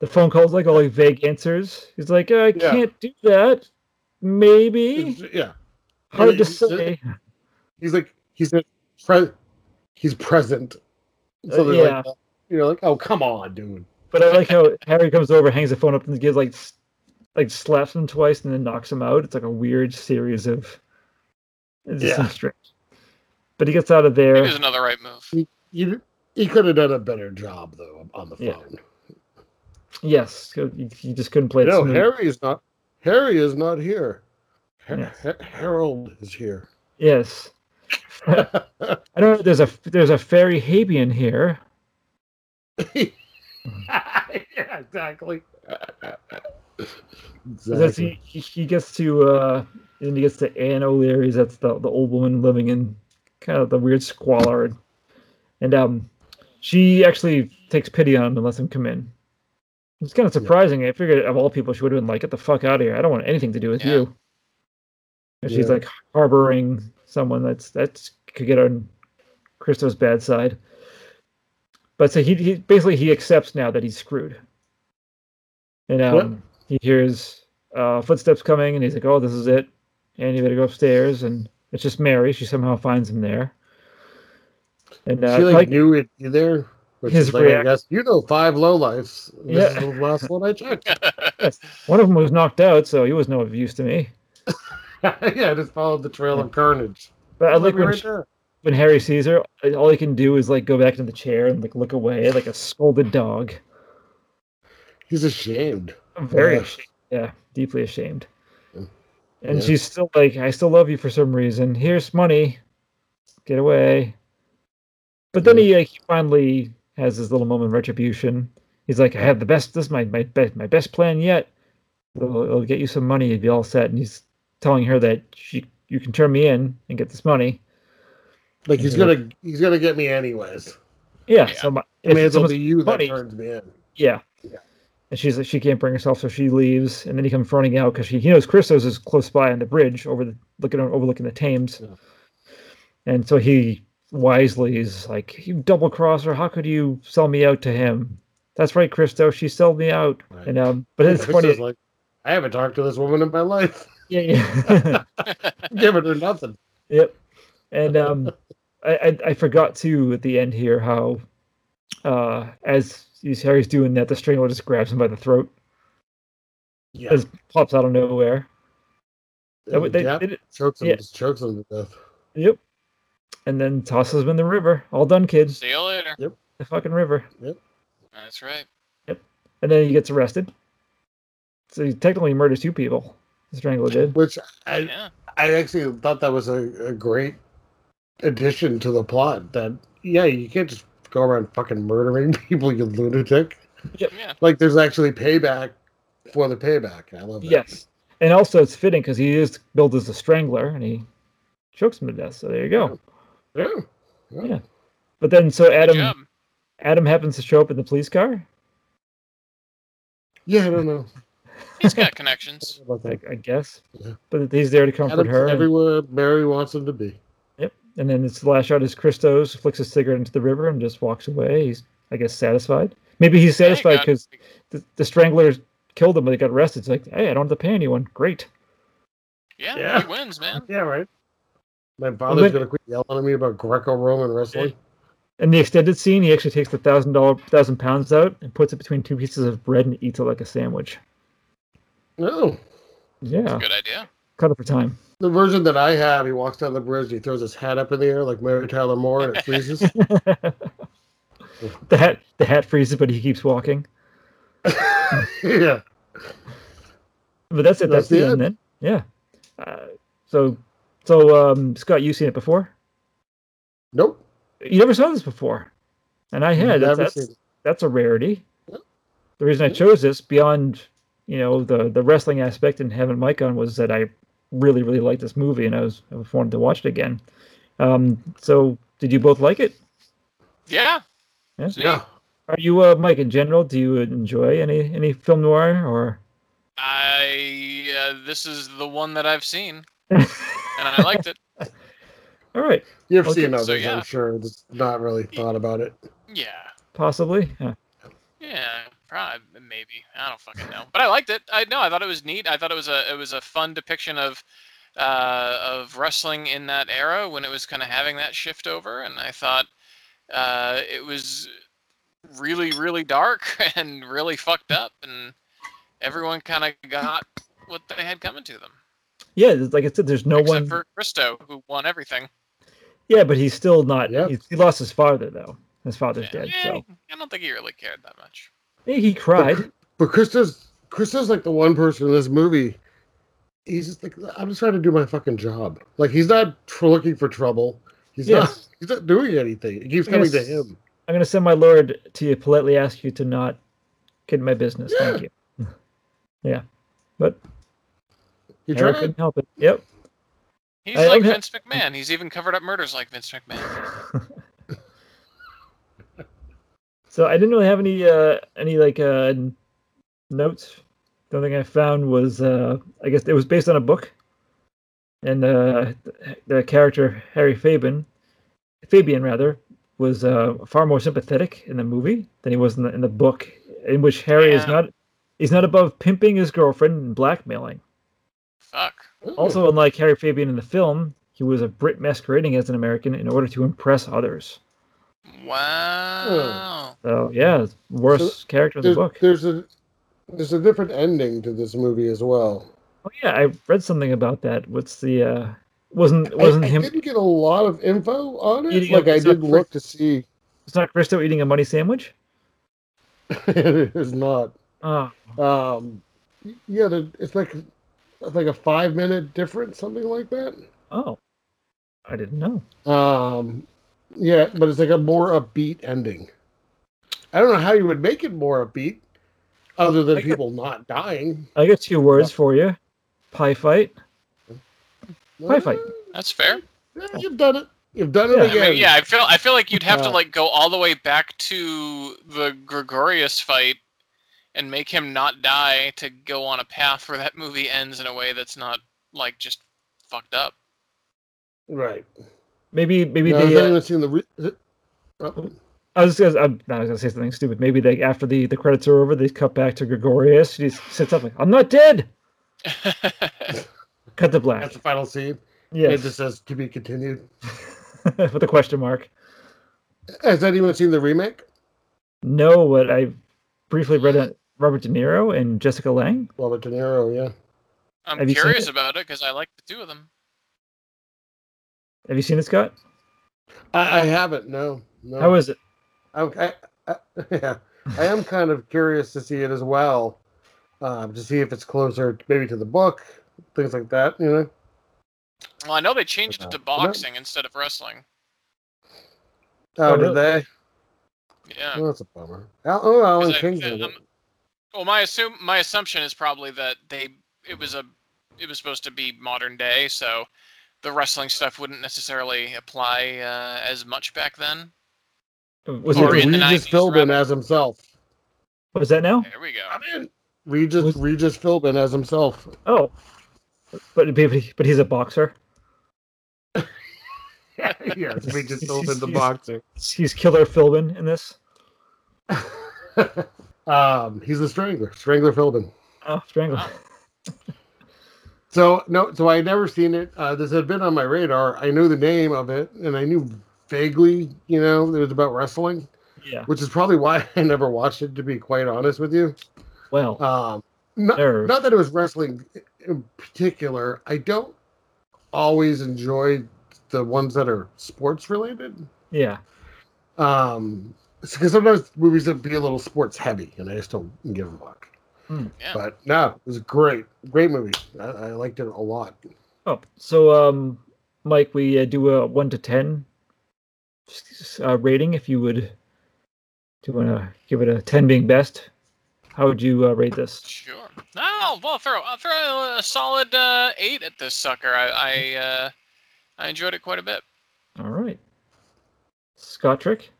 Speaker 3: the phone calls like all like vague answers. He's like, "Oh, I
Speaker 4: Yeah.
Speaker 3: can't do that. Maybe
Speaker 4: yeah,
Speaker 3: hard to
Speaker 4: It's- it's-
Speaker 3: say.
Speaker 4: he's like he's a pre- he's present. So
Speaker 3: Uh,
Speaker 4: they're
Speaker 3: yeah.
Speaker 4: like, you know, like oh come on, dude.
Speaker 3: But I like how Harry comes over, hangs the phone up, and gives like s- like slaps him twice, and then knocks him out. It's like a weird series of it's just
Speaker 4: Yeah.
Speaker 3: so strange. But he gets out of
Speaker 5: it
Speaker 3: there.
Speaker 5: was another right move.
Speaker 4: You he could have done a better job though on the
Speaker 3: Yeah.
Speaker 4: phone.
Speaker 3: Yes, so you you just couldn't play it.
Speaker 4: No,
Speaker 3: smooth.
Speaker 4: Harry is not. Harry is not here. Har-
Speaker 3: Yes.
Speaker 4: Har- Harold is here.
Speaker 3: Yes, I don't know. There's a there's a fairy Habian here.
Speaker 4: yeah, exactly.
Speaker 3: So that's- he, he he gets to uh, and he gets to Anne O'Leary's. That's the the old woman living in kind of the weird squalor, and, and um, she actually takes pity on him and lets him come in. It's kind of surprising. I figured of all people, she would have been like, "Get the fuck out of here! I don't want anything to do with
Speaker 5: Yeah.
Speaker 3: you." And she's
Speaker 4: Yeah.
Speaker 3: like harboring someone that's that's could get on Christo's bad side. But so he, he basically he accepts now that he's screwed. And um, he hears uh, footsteps coming, and he's like, "Oh, this is it." And you better go upstairs, and it's just Mary. She somehow finds him there. And uh,
Speaker 4: she like,
Speaker 3: like,
Speaker 4: knew it either. Which
Speaker 3: His
Speaker 4: is like, I
Speaker 3: react-
Speaker 4: guess, you know, five lowlifes.
Speaker 3: Yeah.
Speaker 4: This is the last one I checked.
Speaker 3: one of them was knocked out, so he was no use to me.
Speaker 4: yeah, I just followed the trail of carnage.
Speaker 3: But I like
Speaker 4: Look
Speaker 3: when,
Speaker 4: right
Speaker 3: she-
Speaker 4: there.
Speaker 3: when Harry sees her, all he can do is like go back to the chair and like look away, like a scolded dog.
Speaker 4: he's ashamed.
Speaker 3: I'm very
Speaker 4: Yeah.
Speaker 3: ashamed. Yeah, deeply ashamed.
Speaker 4: Mm.
Speaker 3: And
Speaker 4: Yeah.
Speaker 3: she's still like, I still love you for some reason. Here's money. Get away. But then
Speaker 4: Yeah.
Speaker 3: he like he finally has his little moment of retribution. He's like, I have the best. This is my my best my best plan yet. It'll, it'll get you some money. You'll be all set. And he's telling her that she you can turn me in and get this money.
Speaker 4: Like he's
Speaker 3: Yeah.
Speaker 4: gonna he's gonna get me anyways.
Speaker 3: Yeah.
Speaker 5: Yeah.
Speaker 3: So my,
Speaker 4: It may
Speaker 3: if
Speaker 4: as well
Speaker 3: someone's-
Speaker 4: be you that
Speaker 3: money.
Speaker 4: turns me in.
Speaker 3: Yeah.
Speaker 4: Yeah.
Speaker 3: And she's like, she can't bring herself, so she leaves. And then he comes running out because he, he knows Christos is close by on the bridge, over the looking overlooking the Thames.
Speaker 4: Yeah.
Speaker 3: And so he wisely is like, "You double cross her. How could you sell me out to him?" That's right, Christos. She sold me out.
Speaker 4: Right.
Speaker 3: And um, but it's
Speaker 4: Chris
Speaker 3: funny.
Speaker 4: is like, I haven't talked to this woman in my life.
Speaker 3: Yeah, yeah.
Speaker 4: Giving her nothing.
Speaker 3: Yep. And um, I, I I forgot too at the end here how, uh, as as Harry's doing that, the strangler just grabs him by the throat,
Speaker 4: Yeah,
Speaker 3: pops out of nowhere. That would- they-
Speaker 4: yeah.
Speaker 3: they did-
Speaker 4: chokes him,
Speaker 3: yeah.
Speaker 4: just chokes him to death.
Speaker 3: Yep. And then tosses him in the river. All done, kids.
Speaker 5: See you later.
Speaker 3: The fucking river.
Speaker 5: That's right.
Speaker 3: And then he gets arrested. So he technically murders two people. The strangler did.
Speaker 4: Which I
Speaker 5: Yeah.
Speaker 4: I actually thought that was a, a great addition to the plot. That yeah, you can't just go around fucking murdering people, you lunatic.
Speaker 5: Yeah.
Speaker 4: Like there's actually payback for the payback. I love that.
Speaker 3: Yes, and also it's fitting because he is billed as the Strangler, and he chokes him to death. So there you go.
Speaker 4: Yeah.
Speaker 3: Yeah. But then, so
Speaker 5: Good
Speaker 3: Adam
Speaker 5: job.
Speaker 3: Adam happens to show up in the police car.
Speaker 4: Yeah, I don't know.
Speaker 5: He's got connections.
Speaker 4: about
Speaker 3: I,
Speaker 4: that.
Speaker 3: I guess,
Speaker 4: Yeah.
Speaker 3: but he's there to comfort
Speaker 4: Adam's
Speaker 3: her. and-
Speaker 4: everywhere Mary wants him to be.
Speaker 3: And then its last shot is Christos flicks a cigarette into the river and just walks away. He's, I guess, satisfied. Maybe he's
Speaker 5: Yeah, he
Speaker 3: satisfied
Speaker 5: got-
Speaker 3: because the, the stranglers killed him when they got arrested. It's like, hey, I don't have to pay anyone. Great.
Speaker 5: Yeah,
Speaker 4: Yeah.
Speaker 5: he wins, man.
Speaker 4: Yeah, right. My father's
Speaker 3: But-
Speaker 4: gonna quit yelling at me about Greco-Roman wrestling.
Speaker 3: In the extended scene, he actually takes the thousand dollar, thousand pounds out and puts it between two pieces of bread and eats it like a sandwich.
Speaker 4: No,
Speaker 3: Yeah,
Speaker 5: Good idea.
Speaker 3: cut it for time.
Speaker 4: the version that I have, he walks down the bridge, he throws his hat up in the air like Mary Tyler Moore, and it freezes.
Speaker 3: The hat, the hat freezes, but he keeps walking.
Speaker 4: yeah,
Speaker 3: But that's it. That's,
Speaker 4: That's
Speaker 3: the,
Speaker 4: the
Speaker 3: end. Then, yeah. Uh, so, so um, Scott, you've seen it before.
Speaker 4: nope.
Speaker 3: You never saw this before, and I had. That's,
Speaker 4: Never
Speaker 3: that's,
Speaker 4: seen it.
Speaker 3: that's a rarity.
Speaker 4: Yep.
Speaker 3: The reason I
Speaker 5: Hmm?
Speaker 3: chose this beyond, you know, the the wrestling aspect and having Mike on was that I really really liked this movie and I was I was wanted to watch it again. Um, so did you both like it?
Speaker 5: Yeah.
Speaker 3: Yeah.
Speaker 5: See?
Speaker 4: Yeah,
Speaker 3: Are you uh, Mike in general? Do you enjoy any any film noir or?
Speaker 5: I uh, this is the one that I've seen, and I liked it.
Speaker 3: All right,
Speaker 4: you've
Speaker 3: Okay,
Speaker 4: seen
Speaker 5: so
Speaker 4: others,
Speaker 5: yeah.
Speaker 4: I'm sure. Just not really thought about it.
Speaker 5: Yeah,
Speaker 3: possibly. Yeah.
Speaker 5: yeah, probably maybe. I don't fucking know, but I liked it. I know I thought it was neat. I thought it was a it was a fun depiction of uh, of wrestling in that era when it was kind of having that shift over, and I thought uh, it was really really dark and really fucked up, and everyone kind of got what they had coming to them.
Speaker 3: Yeah, it's like I said, there's no
Speaker 5: except
Speaker 3: one.
Speaker 5: for Christo, who won everything.
Speaker 3: Yeah, but he's still not.
Speaker 4: Yeah.
Speaker 3: He, he lost his father though. His father's
Speaker 5: Yeah,
Speaker 3: dead, so
Speaker 5: I don't think he really cared that much.
Speaker 3: he he cried.
Speaker 4: But Krista's Krista's like the one person in this movie. He's just like I'm just trying to do my fucking job. Like he's not tr- looking for trouble. He's not.
Speaker 3: Yes.
Speaker 4: He's not doing anything. It keeps coming
Speaker 3: Yes.
Speaker 4: to him.
Speaker 3: I'm going to send my lord to you, politely ask you to not get in my business. Thank you. Yeah. But
Speaker 4: He
Speaker 3: Eric
Speaker 4: tried.
Speaker 3: couldn't help it. Yep.
Speaker 5: He's
Speaker 3: I
Speaker 5: like
Speaker 3: don't ha-
Speaker 5: Vince McMahon. He's even covered up murders like Vince McMahon.
Speaker 3: So I didn't really have any, uh, any like, uh, n- notes. The only thing I found was, uh, I guess it was based on a book. And, uh, th- the character, Harry Fabian, Fabian rather, was, uh, far more sympathetic in the movie than he was in the, in the book, in which Harry is
Speaker 5: Yeah.
Speaker 3: not, he's not above pimping his girlfriend and blackmailing.
Speaker 5: Fuck.
Speaker 4: Oh. Hmm.
Speaker 3: Also, unlike Harry Fabian in the film, he was a Brit masquerading as an American in order to impress others.
Speaker 5: Wow.
Speaker 3: So yeah, worst character in the
Speaker 4: there's,
Speaker 3: book.
Speaker 4: there's a there's a different ending to this movie as well.
Speaker 3: Oh yeah, I read something about that. What's the uh wasn't wasn't
Speaker 4: I, I
Speaker 3: him
Speaker 4: didn't get a lot of info on it.
Speaker 3: Eating
Speaker 4: like
Speaker 3: up
Speaker 4: I
Speaker 3: is not
Speaker 4: did
Speaker 3: free.
Speaker 4: look to see.
Speaker 3: it's not Christo eating a money sandwich?
Speaker 4: it is not.
Speaker 3: Ah,
Speaker 4: Um, yeah, the, it's like it's like a five minute difference, something like that.
Speaker 3: oh. I didn't know.
Speaker 4: Um, yeah, but it's like a more upbeat ending. I don't know how you would make it more upbeat, other than
Speaker 3: I get-
Speaker 4: people not dying.
Speaker 3: I got two words for you. Pie fight. Pie fight.
Speaker 5: That's fair.
Speaker 4: Yeah, Eh, you've done it. You've done it
Speaker 3: Yeah. I
Speaker 5: I
Speaker 4: again.
Speaker 5: mean, yeah, I feel I feel like you'd have to
Speaker 4: Uh,
Speaker 5: like go all the way back to the Gregorius fight and make him not die to go on a path where that movie ends in a way that's not like just fucked up.
Speaker 4: Right.
Speaker 3: Maybe maybe
Speaker 4: Now, has
Speaker 3: they uh,
Speaker 4: anyone seen the? Re- oh,
Speaker 3: I was gonna, I'm, no, I was gonna say something stupid. Maybe they after the, the credits are over, they cut back to Gregorius. He sits up like, "I'm not dead." Cut the black.
Speaker 4: that's the final scene.
Speaker 3: Yes.
Speaker 4: It just says to be continued.
Speaker 3: with a question mark.
Speaker 4: Has anyone seen the remake?
Speaker 3: No, what I briefly read on Robert De Niro and Jessica Lange.
Speaker 4: Robert De Niro. Yeah.
Speaker 5: I'm
Speaker 3: Have you seen
Speaker 5: curious
Speaker 3: it?
Speaker 5: about it because I like the two of them.
Speaker 3: Have you seen it, Scott?
Speaker 4: I, I haven't. No. No.
Speaker 3: How is it?
Speaker 4: I'm, I, I, yeah, I am kind of curious to see it as well, um, to see if it's closer, maybe to the book, things like that. You know,
Speaker 5: Well, I know they changed it
Speaker 4: Uh,
Speaker 5: to
Speaker 4: no.
Speaker 5: boxing instead of wrestling.
Speaker 4: how
Speaker 3: Oh,
Speaker 4: did they?
Speaker 5: Yeah.
Speaker 4: Well, that's a bummer. Al- oh, Alan
Speaker 5: Because I-
Speaker 4: King's in
Speaker 5: I'm-
Speaker 4: it.
Speaker 5: um, Well, my assume my assumption is probably that they it was a it was supposed to be modern day, so the wrestling stuff wouldn't necessarily apply uh, as much back then.
Speaker 3: Was
Speaker 5: Or
Speaker 3: it,
Speaker 5: in the
Speaker 4: Regis
Speaker 5: 90s,
Speaker 4: Philbin
Speaker 5: rather.
Speaker 4: as himself.
Speaker 3: what was that now?
Speaker 5: There we go.
Speaker 4: I'm in. Regis
Speaker 3: Was-
Speaker 4: Regis Philbin as himself.
Speaker 3: Oh, but but he's a boxer.
Speaker 4: yeah, Regis Philbin the
Speaker 3: Yes.
Speaker 4: boxer.
Speaker 3: He's Killer Philbin in this.
Speaker 4: um, he's the Strangler, Strangler Philbin.
Speaker 3: Oh, Strangle.
Speaker 5: Ah,
Speaker 4: So no, so I had never seen it. Uh, this had been on my radar. I knew the name of it, and I knew vaguely, you know, it was about wrestling,
Speaker 3: Yeah.
Speaker 4: which is probably why I never watched it. To be quite honest with you,
Speaker 3: Well,
Speaker 5: Ah.
Speaker 4: um, not,
Speaker 3: There.
Speaker 4: not that it was wrestling in particular. I don't always enjoy the ones that are sports related.
Speaker 3: yeah.
Speaker 4: Um, because sometimes movies would be a little sports heavy, and I just don't give a fuck.
Speaker 3: Hmm.
Speaker 5: Yeah.
Speaker 4: But no, it was a great, great movie. I, I liked it a lot.
Speaker 3: Oh, so um, Mike, we uh, do a one to ten s- uh, rating. If you would, do you want to give it a ten being best? How would you uh, rate this?
Speaker 5: Sure. No, well, throw I'll throw a solid uh, eight at this sucker. I I, uh, I enjoyed it quite a bit.
Speaker 3: All right, Scott Trick.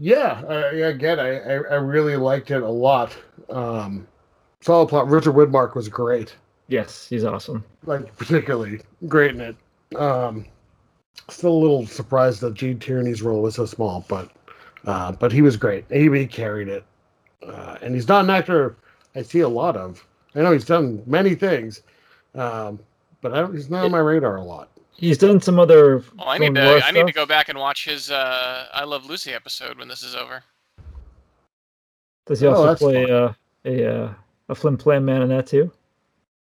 Speaker 4: Yeah, I, again, I, I, I really liked it a lot. Um, solid plot. Richard Widmark was great,
Speaker 3: Yes, he's awesome.
Speaker 4: like particularly great in it. Um, still a little surprised that Gene Tierney's role was so small, but uh, but he was great. He, he carried it, uh, and he's not an actor I see a lot of. I know he's done many things, um, but I don't, he's not on my radar a lot.
Speaker 3: He's done some other.
Speaker 5: Well, Oh, I need
Speaker 3: film
Speaker 5: to
Speaker 3: noir
Speaker 5: I need to
Speaker 3: stuff.
Speaker 5: go back and watch his uh, I Love Lucy episode when this is over.
Speaker 3: Does he
Speaker 4: Oh,
Speaker 3: also
Speaker 4: that's
Speaker 3: play uh, a uh, a flim flam man in that too?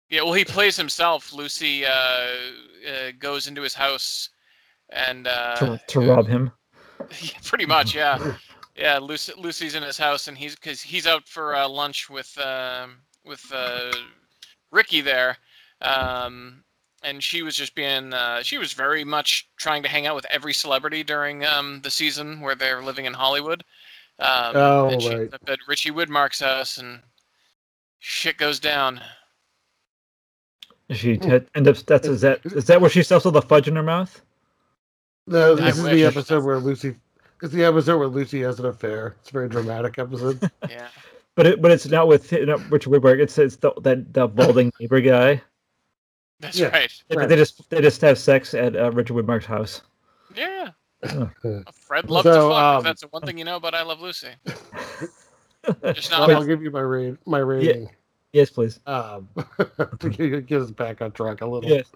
Speaker 5: Yeah, well, he plays himself. Lucy uh, uh, goes into his house and
Speaker 3: To,
Speaker 5: uh,
Speaker 3: to rob him.
Speaker 5: Yeah, pretty much, yeah, yeah. Lucy, Lucy's in his house, and he's because he's out for uh, lunch with um with uh, Ricky there, um, and she was just being uh, she was very much trying to hang out with every celebrity during um, the season where they're living in Hollywood. Um,
Speaker 4: Oh,
Speaker 5: and she
Speaker 4: right.
Speaker 5: ends up at Richie Woodmark's house, and shit goes down.
Speaker 3: She had, end up. That's is that is that where she stuffs all the fudge in her mouth?
Speaker 4: No,
Speaker 5: I
Speaker 4: this is
Speaker 5: wish.
Speaker 4: the episode where Lucy. It's the episode where Lucy has an affair. It's a very dramatic episode.
Speaker 5: Yeah.
Speaker 3: But it, but it's not with not Richard Widmark. It's it's the, that the balding neighbor guy.
Speaker 5: That's
Speaker 4: Yeah.
Speaker 5: right.
Speaker 3: They,
Speaker 4: Right.
Speaker 3: they just they just have sex at uh, Richard Widmark's house.
Speaker 5: Yeah.
Speaker 3: Oh.
Speaker 5: Fred loves
Speaker 4: So,
Speaker 5: to fuck.
Speaker 4: um,
Speaker 5: if that's the one thing you know about I Love Lucy. Just
Speaker 4: Well,
Speaker 5: not
Speaker 4: I'll give you my rate, my rating.
Speaker 3: Yes, please.
Speaker 4: Um, to get, get us back on track a little.
Speaker 3: Yes.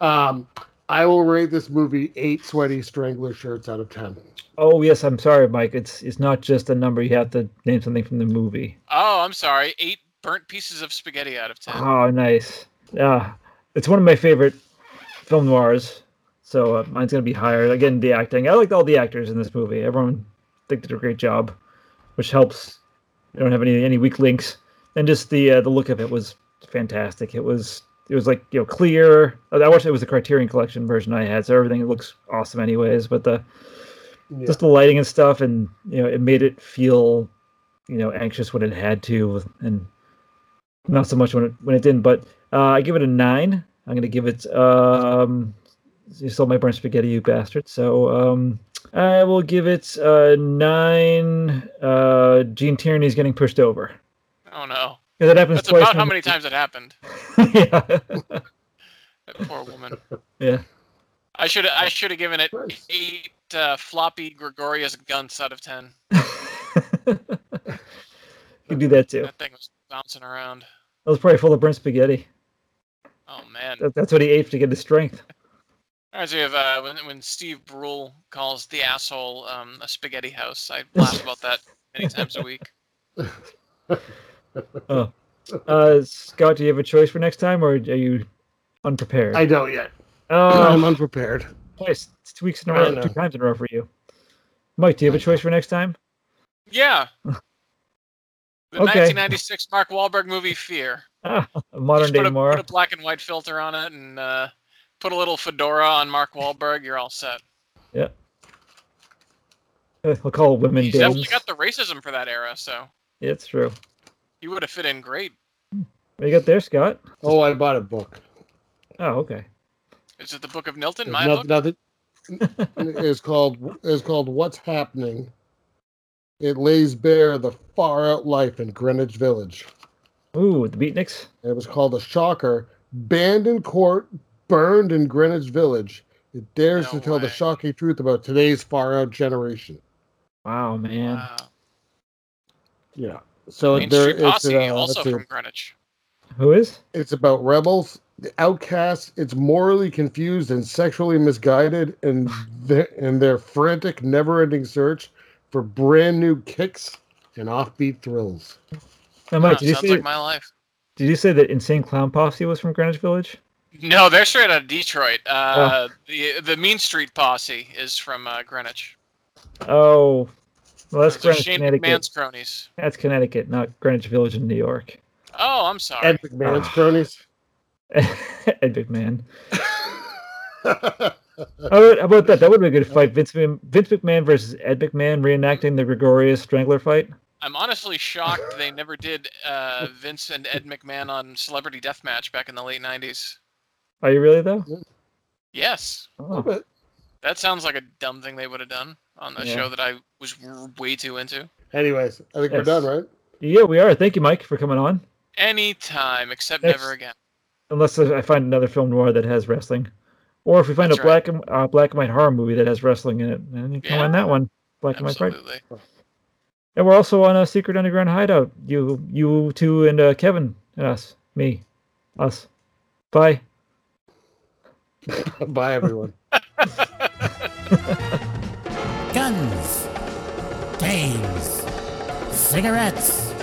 Speaker 4: Um, I will rate this movie eight sweaty strangler shirts out of ten.
Speaker 3: Oh yes, I'm sorry, Mike. It's it's not just a number. You have to name something from the movie.
Speaker 5: Oh, I'm sorry. Eight burnt pieces of spaghetti out of ten.
Speaker 3: Oh, nice. Yeah, it's one of my favorite film noirs. So uh, mine's gonna be higher. Again, the acting. I liked all the actors in this movie. Everyone I think did a great job, which helps. You don't have any any weak links, and just the uh, the look of it was fantastic. It was it was like you know clear. I watched it was the Criterion Collection version I had, so everything looks awesome anyways. But the
Speaker 4: Yeah.
Speaker 3: just the lighting and stuff, and you know it made it feel you know anxious when it had to, and not so much when it when it didn't. But uh, I give it a nine. I'm gonna give it. Um, you stole my burnt spaghetti, you bastard. So um, I will give it a nine. Uh, Gene Tierney's getting pushed over 'Cause
Speaker 5: Oh no.
Speaker 3: that happens
Speaker 5: That's
Speaker 3: twice.
Speaker 5: about
Speaker 3: in
Speaker 5: how
Speaker 3: the
Speaker 5: many times it happened.
Speaker 3: movie. yeah.
Speaker 5: That poor woman.
Speaker 3: yeah.
Speaker 5: I should I should have given it
Speaker 4: Nice.
Speaker 5: eight uh, floppy Gregorius Gunts out of ten.
Speaker 3: You do that too.
Speaker 5: That thing was bouncing around.
Speaker 3: That was probably full of burnt spaghetti.
Speaker 5: Oh man.
Speaker 3: That, that's what he ate to get his strength.
Speaker 5: Reminds me of uh, when when Steve Brule calls the asshole um, a spaghetti house. I laugh about that many times a week.
Speaker 3: Uh, Scott, do you have a choice for next time, or are you unprepared?
Speaker 4: I don't yet. I'm
Speaker 5: Uh,
Speaker 3: oh,
Speaker 4: unprepared.
Speaker 3: twice, it's two weeks in a
Speaker 4: I
Speaker 3: row,
Speaker 4: know.
Speaker 3: two times in a row for you. Mike, do you have a choice for next time?
Speaker 5: Yeah. The
Speaker 3: Okay.
Speaker 5: 1996 Mark Wahlberg movie Fear.
Speaker 3: Ah, a modern
Speaker 5: Just put
Speaker 3: day
Speaker 5: a, put
Speaker 3: Mara.
Speaker 5: a black and white filter on it and uh, put a little fedora on Mark Wahlberg. You're all set.
Speaker 3: I'll call women
Speaker 5: He's
Speaker 3: dames.
Speaker 5: definitely got the racism for that era, so
Speaker 3: Yeah, it's true.
Speaker 5: he would have fit in great.
Speaker 3: What you got there, Scott?
Speaker 4: Oh, I bought a book.
Speaker 3: Oh, okay.
Speaker 5: Is it the Book of Nilton?
Speaker 4: It's
Speaker 5: My
Speaker 4: not-
Speaker 5: book?
Speaker 4: not that- it's called it's called What's Happening. It lays bare the far out life in Greenwich Village.
Speaker 3: Ooh, the Beatniks.
Speaker 4: It was called a shocker. Banned in court, burned in Greenwich Village. It dares
Speaker 5: No
Speaker 4: to tell the
Speaker 5: way.
Speaker 4: shocking truth about today's far out generation.
Speaker 3: Wow, man.
Speaker 5: Wow.
Speaker 4: Yeah. So
Speaker 5: Uh, Main
Speaker 4: there,
Speaker 5: Street
Speaker 4: it's,
Speaker 5: Posse,
Speaker 4: uh,
Speaker 5: also
Speaker 4: let's see.
Speaker 5: from Greenwich.
Speaker 3: Who is?
Speaker 4: it's about rebels, the outcasts. It's morally confused and sexually misguided, and their, and their frantic, never-ending search for brand new kicks and offbeat thrills.
Speaker 3: Now, Mike, did
Speaker 5: Huh,
Speaker 3: you
Speaker 5: Uh, Ah, sounds
Speaker 3: say
Speaker 5: like my life.
Speaker 3: did you say that Insane Clown Posse was from Greenwich Village?
Speaker 5: No, they're straight out of Detroit. Uh,
Speaker 3: Oh.
Speaker 5: The the Mean Street Posse is from uh, Greenwich.
Speaker 3: Oh, well, that's
Speaker 5: Those are
Speaker 3: Greenwich,
Speaker 5: Shane
Speaker 3: Connecticut.
Speaker 5: McMahon's cronies.
Speaker 3: That's Connecticut, not Greenwich Village in New York.
Speaker 5: Oh, I'm sorry.
Speaker 4: Ed McMahon's cronies.
Speaker 3: Ed McMahon.
Speaker 5: Uh,
Speaker 3: Oh, how about that? That would be a good fight. Vince, Mc- Vince McMahon versus Ed McMahon reenacting the Gregorious Strangler fight.
Speaker 5: I'm honestly shocked they never did uh, Vince and Ed McMahon on Celebrity Deathmatch back in the late '90s.
Speaker 3: Are you really though?
Speaker 5: Yes,
Speaker 3: Oh,
Speaker 5: that sounds like a dumb thing they would have done on the
Speaker 3: Yeah.
Speaker 5: show that I was r- way too into.
Speaker 4: Anyways, I think we're
Speaker 3: Yes.
Speaker 4: done, right?
Speaker 3: yeah, we are. Thank you, Mike, for coming on.
Speaker 5: Anytime except
Speaker 3: Next.
Speaker 5: never again.
Speaker 3: Unless I find another film noir that has wrestling, or if we find
Speaker 5: That's
Speaker 3: a
Speaker 5: right.
Speaker 3: black and uh, black and white horror movie that has wrestling in it, then you can
Speaker 5: Yeah.
Speaker 3: on that one. Black and white Friday.
Speaker 5: Absolutely.
Speaker 3: And we're also on a secret underground hideout. You, you two, and uh, Kevin, and us, me, us. Bye.
Speaker 4: Bye, everyone.
Speaker 2: Guns. Games. Cigarettes.